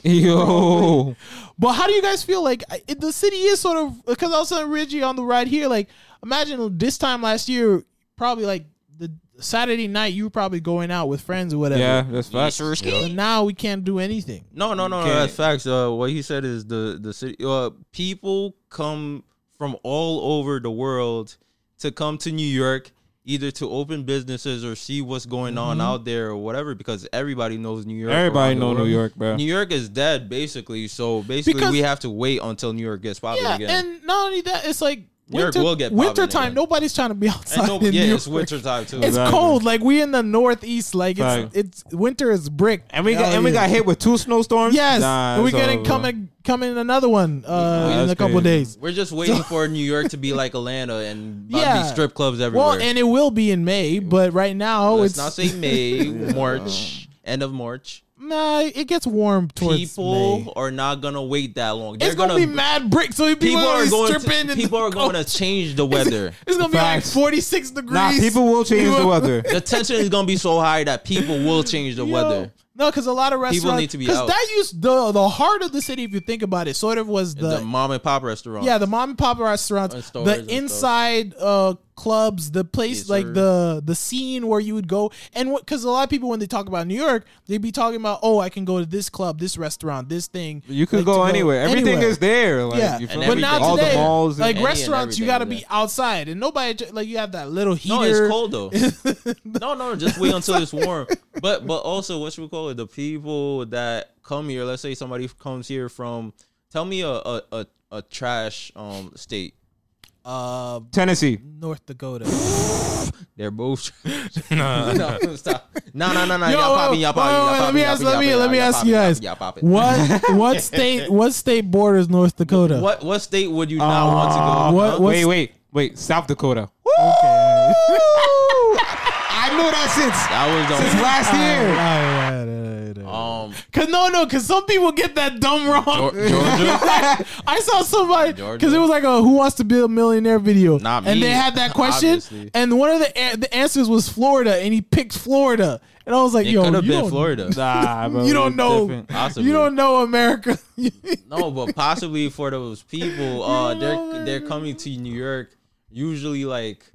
D: Yo.
C: But how do you guys feel like I- it, the city is sort of because I was telling Reggie on the ride here, like imagine this time last year, probably like the Saturday night, you were probably going out with friends or whatever.
D: Yeah, that's facts.
C: But now we can't do anything.
A: No, no, no, no.
D: Okay.
A: That's facts. Uh, what he said is the the city. Uh, people come from all over the world to come to New York, either to open businesses or see what's going on out there or whatever. Because everybody knows New York.
D: Mm-hmm. Everybody
A: around the
D: know New
A: world.
D: York, bro.
A: New York is dead, basically. So basically,
C: Because-
A: we have to wait until New York gets popular
C: Yeah,
A: again.
C: and not only that, it's like
A: New York
C: winter,
A: will get popping
C: winter time.
A: again.
C: Nobody's trying to be outside.
A: And no-
C: in
A: yeah,
C: New
A: it's
C: York.
A: winter time too.
C: It's
D: Exactly.
C: cold. Like we in the northeast. Like it's
D: Fact.
C: it's winter is brick.
D: And we got
C: out
D: and we
C: here.
D: got hit with two snowstorms.
C: Yes,
D: Nah,
C: and we
D: it's
C: getting
D: over.
C: coming coming another one uh, in
D: that's
C: a couple
D: crazy.
C: days.
A: We're
C: [laughs]
A: just waiting for New York to be like Atlanta and about to be
C: Yeah.
A: strip clubs everywhere.
C: Well, and it will be in May, but right now
A: Let's
C: it's
A: not say
C: [laughs]
A: May, March, end of March.
C: nah. It gets warm towards
A: people
C: May.
A: are not gonna wait that long. They're
C: It's gonna, be mad brick, so people,
A: People
C: are
A: are going.
C: stripping.
A: To,
C: and
A: people are going to change the weather.
C: [laughs] It's gonna be like
D: Facts.
C: forty six degrees.
D: Nah, people will change
C: [laughs]
D: the weather.
A: the tension is gonna be so high that people will change the
C: Yo.
A: weather.
C: No, because a lot of restaurants
A: need to be
C: Because
A: out.
C: that used the the heart of the city. If you think about it, sort of was
A: The, mom and pop restaurant.
C: Yeah, the mom and pop restaurants,
A: And stores
C: the
A: and stuff.
C: inside uh, clubs, the place
A: Yes,
C: like
A: sir.
C: the the scene where you would go, and what because a lot of people when they talk about New York, they be talking about oh I can go to this club, this restaurant, this thing.
D: You could
C: like, to
D: go anywhere. Everything
C: anywhere.
D: is there. Like,
C: yeah,
D: you feel
A: And
D: me?
C: but
A: everything.
C: now
D: all
C: today,
D: the malls.
C: like
D: and-
A: and
C: restaurants, you got to
A: everything,
C: be outside, and nobody ju- like you have that little heater.
A: No, it's cold though. [laughs] no, no, just wait until
C: [laughs]
A: it's warm. But but also, what should we call it? The people that come here. Let's say somebody comes here from. Tell me a a, a, a trash um state. [laughs]
C: uh,
D: Tennessee.
C: North Dakota.
A: They're both.
F: Nah.
A: no, stop. No, no, no, no.
C: Yo,
A: y'all popping, y'all
C: wait, wait, wait,
A: popping.
C: let me ask, let me, let me ask you guys.
A: Y'all popping.
C: What,
A: [laughs]
C: what state, what state borders North Dakota?
A: What what state would you not want to go?
C: What? What's,
D: wait, wait, wait. South Dakota.
C: Okay.
D: [laughs] I know that since
A: That was the
D: since last year.
A: um
C: Cause no, no, cause some people get that dumb wrong.
F: Geor- Georgia.
C: [laughs] I saw somebody because
A: Georgia.
C: it was like a "Who Wants to Be a Millionaire" video,
A: Not
C: and
A: me.
C: they had that question,
A: Obviously.
C: and one of the a- the answers was Florida, and he picked Florida, and I was like,
A: it
C: "Yo,
A: could have
C: you
A: been
C: don't,
A: Florida.
C: [laughs]
D: Nah, [laughs] bro,
C: you don't know,
D: different.
A: Possibly.
C: you don't know America." [laughs]
A: No, but possibly for those people, uh, they're they're coming to New York usually like,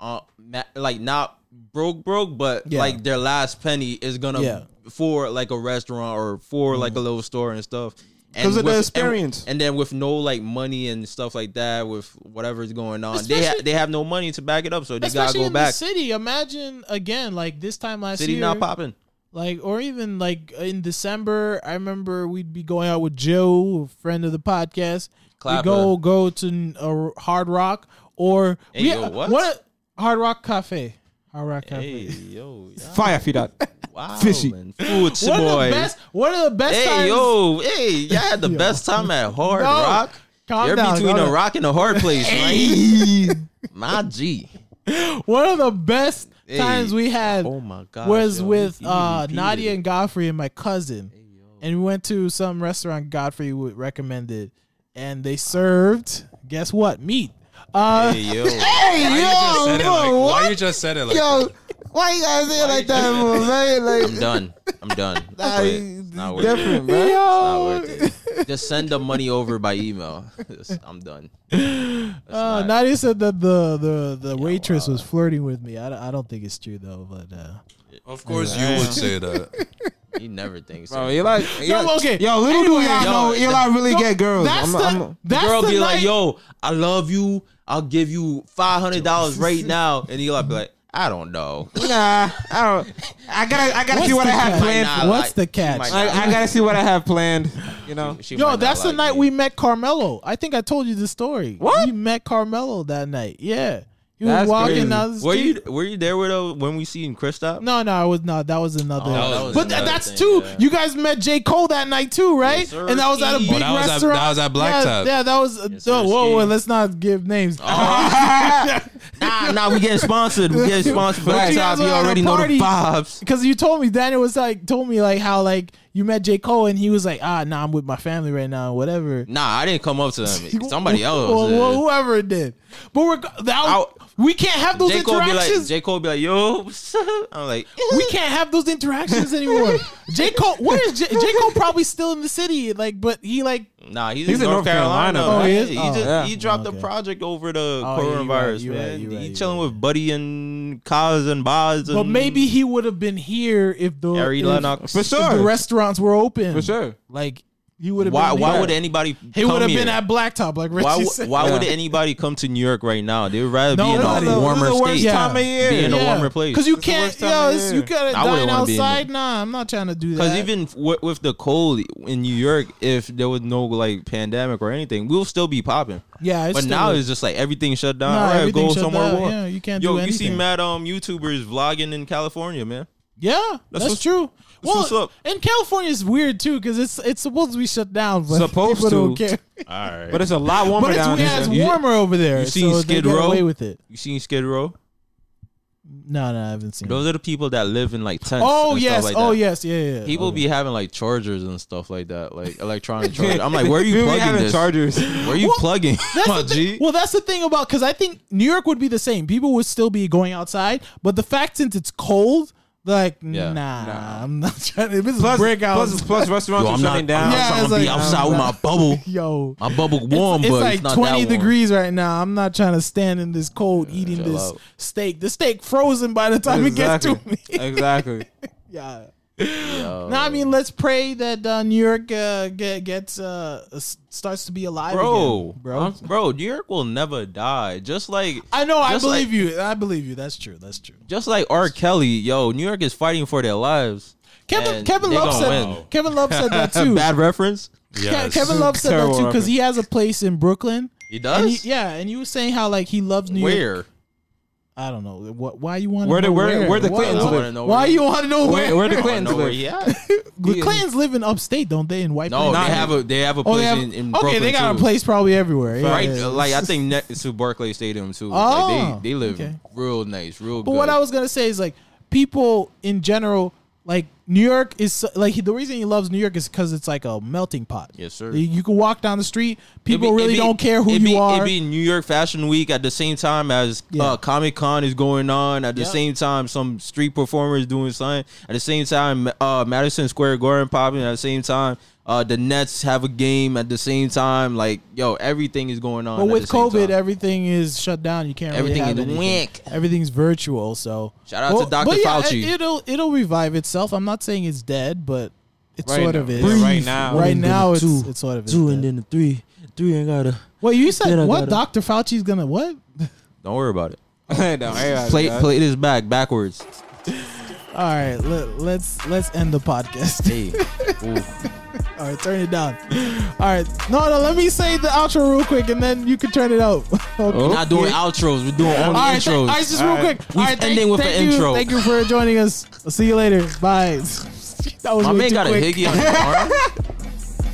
A: uh, ma- like not broke broke, but
C: Yeah.
A: like their last penny is gonna
C: Yeah. Mm-hmm.
A: for like a restaurant or for like a little store and stuff. And
D: 'Cause of the
A: with- and-
D: experience.
A: and, then with no like money and stuff like that, with whatever's going on, they ha-
C: Especially-
A: they have no money to back it up, so they gotta
C: Especially
A: go
C: in the
A: back. City,
C: city, imagine again like this time last year,
A: not popping.
C: like or even like in December. I remember we'd be going out with Joe, a friend of the podcast.
A: Clapper.
C: We go go to a Hard Rock or
A: Hey,
C: we-
A: yo, what?
C: Hard Rock Cafe. Hard Rock Cafe.
A: Hey yo, yeah,
D: Fire for that.
A: wow,
D: Fishy.
A: man. Food
C: One of
A: boy.
C: the best. One of the best.
A: Hey
C: times,
A: yo, hey, y'all had the best time at Hard
C: No,
A: Rock.
C: calm
A: You're
C: down,
A: between
C: calm
A: a
C: down.
A: rock and a hard place, right? My G.
C: [laughs] One of the best
A: Hey.
C: times we had
A: Oh my god.
C: was
A: yo,
C: with
A: he- he
C: uh,
A: repeated
C: Nadia
A: it.
C: and Godfrey and my cousin, and we went to some restaurant Godfrey would recommended, and they served. Guess what? Meat. Uh,
A: Hey
C: [laughs]
A: yo.
F: Why you just said it like? Why you just said it like?
D: Yo,
F: that?
D: why you guys say it like that, for, man?
A: I'm
D: Like,
A: done.
C: [laughs]
A: I'm done. It's
D: nah,
A: lit.
D: it's
A: It's not worth it.
D: different, man.
A: Not
C: yo.
A: worth it. Just send the money over by email. [laughs] Just- I'm done.
C: Uh, Nadia said that the the, the waitress was flirting with me. I, don't- I don't think it's true though, but uh,
F: Of course you would
C: [laughs]
F: say that.
A: He never thinks.
D: Bro,
A: so.
D: you like, you
C: No, okay.
D: Yo, little
C: Anyway,
D: do y'all
A: yo,
D: know, you like really get girls.
C: that's
D: I'm,
C: the
D: I'm,
C: that's
A: Girl
C: the
A: be like,
C: night-
A: yo, I love you. I'll give you five hundred
C: [laughs]
A: dollars right now, and he'll be like, I don't know.
D: nah, I don't. I gotta, I gotta
C: What's
D: see what I
C: the
D: have
C: catch?
D: planned.
A: Might not
C: What's
A: like-
C: the
A: she
C: catch?
A: might
D: I,
A: not
D: I gotta see what I have planned. You know,
A: She might
C: Yo,
A: not
C: that's the
A: like
C: night
A: me.
C: we met Carmelo. I think I told you the story.
D: What?
C: We met Carmelo that night. Yeah. He was
D: That's
C: walking
D: crazy.
C: down the
A: Were
C: street.
A: you were you there with uh, when we seen Kristaps?
C: No, no, I was not. That was another.
A: Oh,
F: that was
C: but tha-
A: another
C: that's
A: thing,
C: two.
A: yeah.
C: You guys met J. Cole that night too, right?
A: Yes, sir.
C: and that was at a
A: Oh,
C: big
F: that was at-
C: restaurant.
F: that was at Black
C: yeah,
F: Tap.
C: Yeah, that was.
A: Yes, Oh,
C: whoa,
A: sir,
C: whoa, whoa,
A: Ski.
C: let's not give names.
A: Nah, nah, we getting sponsored. We getting sponsored for
C: But
A: that
C: you
A: top.
C: guys
A: You
C: were at a
A: already know
C: party.
A: the vibes.
C: Because you told me Daniel was like told me like how like you met J. Cole and he was like ah nah I'm with my family right now and whatever.
A: Nah, I didn't come up to
C: [laughs]
A: them. Somebody else.
C: Well,
A: did.
C: well, whoever it did. But we're that
A: I'll-
C: we can't have those
A: J. Cole be like,
C: interactions.
A: J. Cole be like, yo, what's up?" I'm like,
C: [laughs] we can't have those interactions
A: [laughs]
C: anymore. J. Cole, where is J. J. Cole? Probably still in the city, like, but he like
A: nah, he's,
D: He's
A: in North Carolina.
D: Oh,
A: man.
C: he is?
A: He,
C: Oh,
A: just,
D: yeah.
A: he dropped
C: Okay.
A: a project over
C: Oh,
A: the
C: yeah, you right,
A: coronavirus,
C: you right,
A: man.
C: you right,
A: he
C: you
A: chilling
C: right.
A: with Buddy and Cos and Boz and
C: But maybe he would have been here if the
A: Mm. Harry
C: if-
A: Lennox.
D: for
C: if the
D: sure,
C: restaurants were open.
D: for sure.
C: Like he would have.
A: Why?
C: been
A: Why
C: there.
A: would anybody?
C: he
A: come
C: would have
A: here?
C: been at Blacktop? Like Richie
A: Why,
C: said.
A: would- why would
D: Yeah.
A: anybody come to New York right now? They would rather be in
C: Nobody.
A: a warmer
D: this is the worst
A: state.
C: Yeah.
D: time of year.
A: Be in a warmer place.
C: Because you
D: It's the
C: can't.
D: worst time
C: Yo,
D: of
C: it's,
D: year.
C: you gotta
A: I wouldn't
C: dine
A: wanna be in
C: outside. Nah, I'm not trying to do that.
A: Because even with, with the cold in New York, if there was no like pandemic or anything, we'll still be popping.
C: yeah, it's
A: but
C: still-
A: now it's just like everything shut down.
C: Nah,
A: All right,
C: everything
A: go
C: shut
A: somewhere
C: down.
A: warm.
C: Yeah, you can't
A: Yo,
C: do
A: you see
C: anything.
A: mad um YouTubers vlogging in California, man.
C: yeah, that's,
A: what's-
C: true. Well,
A: what's up.
C: and California is weird too because it's it's supposed to be shut down, but
D: Supposed
C: people don't
D: to.
A: [laughs]
C: care.
A: All right.
D: But it's a lot warmer
C: But it's,
D: down
C: yeah, it's
D: here.
C: warmer over there.
A: you seen
C: so
A: Skid
C: they get
A: Row?
C: away with it?
A: you seen Skid Row?
C: No, no, I haven't seen. it.
A: Those are the people that live in like tents.
C: Oh
A: and stuff
C: yes,
A: like
C: oh
A: that.
C: yes, yeah, Oh. yeah.
A: People be having like chargers and stuff like that,
C: [laughs]
A: like electronic chargers. I'm like, where are
D: We
A: you
D: be
A: plugging
D: having
A: this?
D: Chargers.
A: Where are you plugging?
C: That's
A: My
C: the thing-
A: [laughs] G?
C: Well, that's the thing about because I think New York would be the same. People would still be going outside, but the fact since it's cold, like
A: Yeah.
C: nah, I'm not [laughs] trying. If it's
D: Plus,
C: break out,
D: plus, plus restaurants
A: Yo,
D: are
A: I'm not.
D: shutting down.
A: I'm
C: Yeah,
A: not trying
C: it's
A: to be
C: like,
A: outside
C: I'm
A: with my
C: not-
A: bubble.
C: [laughs] yo,
A: My bubble warm,
C: it's, it's
A: but
C: like
A: it's not
C: 20
A: that warm.
C: degrees right now. I'm not trying to stand in this cold eating
A: chill
C: this
A: out.
C: steak. The steak frozen by the time it gets to me.
D: exactly.
C: [laughs]
D: [laughs]
C: yeah. No, I mean, let's pray that uh, New York uh, get, gets uh, s- starts to be alive,
A: Bro.
C: again, bro.
A: Bro, New York will never die. Just like
C: I know, I
A: Just like-
C: believe you. I believe you. That's true. That's true.
A: just like R. Kelly, yo, New York is fighting for their lives.
C: Kevin
A: And
C: Kevin
A: they
C: Love
A: gonna
C: said
A: win. [laughs]
C: Kevin Love said that too.
A: Bad reference.
C: Ke- Kevin Love said that
D: Terrible
C: too because he has a place in Brooklyn
A: He
C: And
A: does.
C: he, yeah, and you were saying how like he loves New York.
A: Where?
C: I don't know. What? Why you want?
D: Where
C: to
D: the-
C: know
D: where- where the
C: Why-
D: Clintons
A: I
D: live?
A: wanna know
C: Why
A: where-
C: you want to know where?
D: Where, where the
A: I wanna
D: Clintons
A: know where
D: live?
A: he at?
C: [laughs] The
D: Yeah.
C: Clintons live in upstate, don't they? In White.
A: No,
D: Not
A: they have a they have a place
C: Oh, they have,
A: in, in
C: okay,
A: Brooklyn.
C: they got
A: too.
C: a place probably everywhere. Yeah,
A: right? uh,
C: yeah.
A: Like I
C: [laughs]
A: think next to Barclay Stadium too.
C: Oh,
A: like they, they live
C: okay.
A: real nice, real.
C: But
A: good.
C: what I was gonna say is like people in general, like New York is like the reason he loves New York is because it's like a melting pot.
A: Yes, sir.
C: You, you can walk down the street,
A: It'd
C: people
A: be-
C: really
A: it'd be-
C: don't care who
A: it'd
C: you
A: be,
C: are.
A: It be New York Fashion Week at the same time as
C: Yeah.
A: uh, Comic Con is going on. At the
C: Yeah.
A: same time, some street performers doing something. At the same time, uh, Madison Square Garden popping. At the same time, uh, the Nets have a game. At the same time, like yo, everything is going on.
C: but
A: at
C: with
A: the same
C: COVID,
A: time.
C: everything is shut down. You can't.
A: Everything
C: really have
A: is
C: anything.
A: wink.
C: Everything's virtual. So
A: Shout out to Dr.
C: but yeah,
A: Fauci.
C: it- it'll it'll revive itself. I'm not saying it's dead, but it
D: Right
C: sort
D: now.
C: of is.
D: Yeah, right now.
C: Right now, it's,
E: Two.
C: it's sort of is
E: Two
C: dead.
E: and then the three. Three ain't got a.
C: Wait, you said
E: Then I
C: what?
E: got
C: Dr. Fauci's gonna what?
A: Don't worry about it.
D: No, everybody
A: Play
D: does.
A: play this back backwards.
C: All right, let, let's let's end the podcast.
A: Hey, oof.
C: [laughs] All right, turn it down. All right, no, no, let me say the outro real quick, and then you can turn it out. [laughs] okay.
A: we're not doing outros. We're doing
C: All
A: only
C: right, th- all
A: intros.
C: right, just real quick. All right, thank,
A: ending with an
C: thank you,
A: intro.
C: Thank you for joining us. I'll see you later. Bye. [laughs] That was
A: My
C: way
A: man
C: too
A: got
C: quick. [laughs]
A: a higgy on his arm.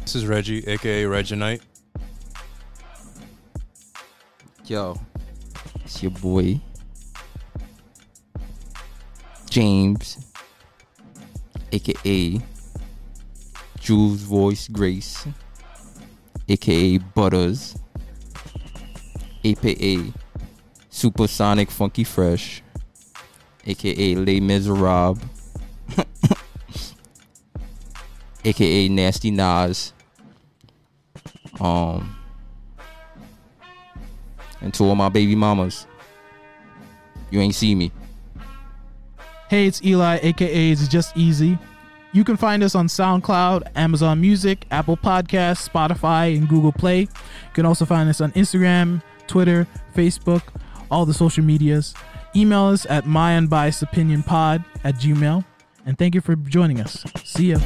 F: This is Reggie, aka Reginite.
A: Yo, it's your boy James, aka Jules Voice Grace, aka Butters, aka Supersonic Funky Fresh, aka Les Miserables, aka Nasty Nas. Um and two of my baby mamas. You ain't see me.
C: Hey, it's Eli, aka It's Just Easy. You can find us on SoundCloud, Amazon Music, Apple Podcasts, Spotify, and Google Play. You can also find us on Instagram, Twitter, Facebook, all the social medias. Email us at myunbiasedopinionpod at gmail. And thank you for joining us. See ya.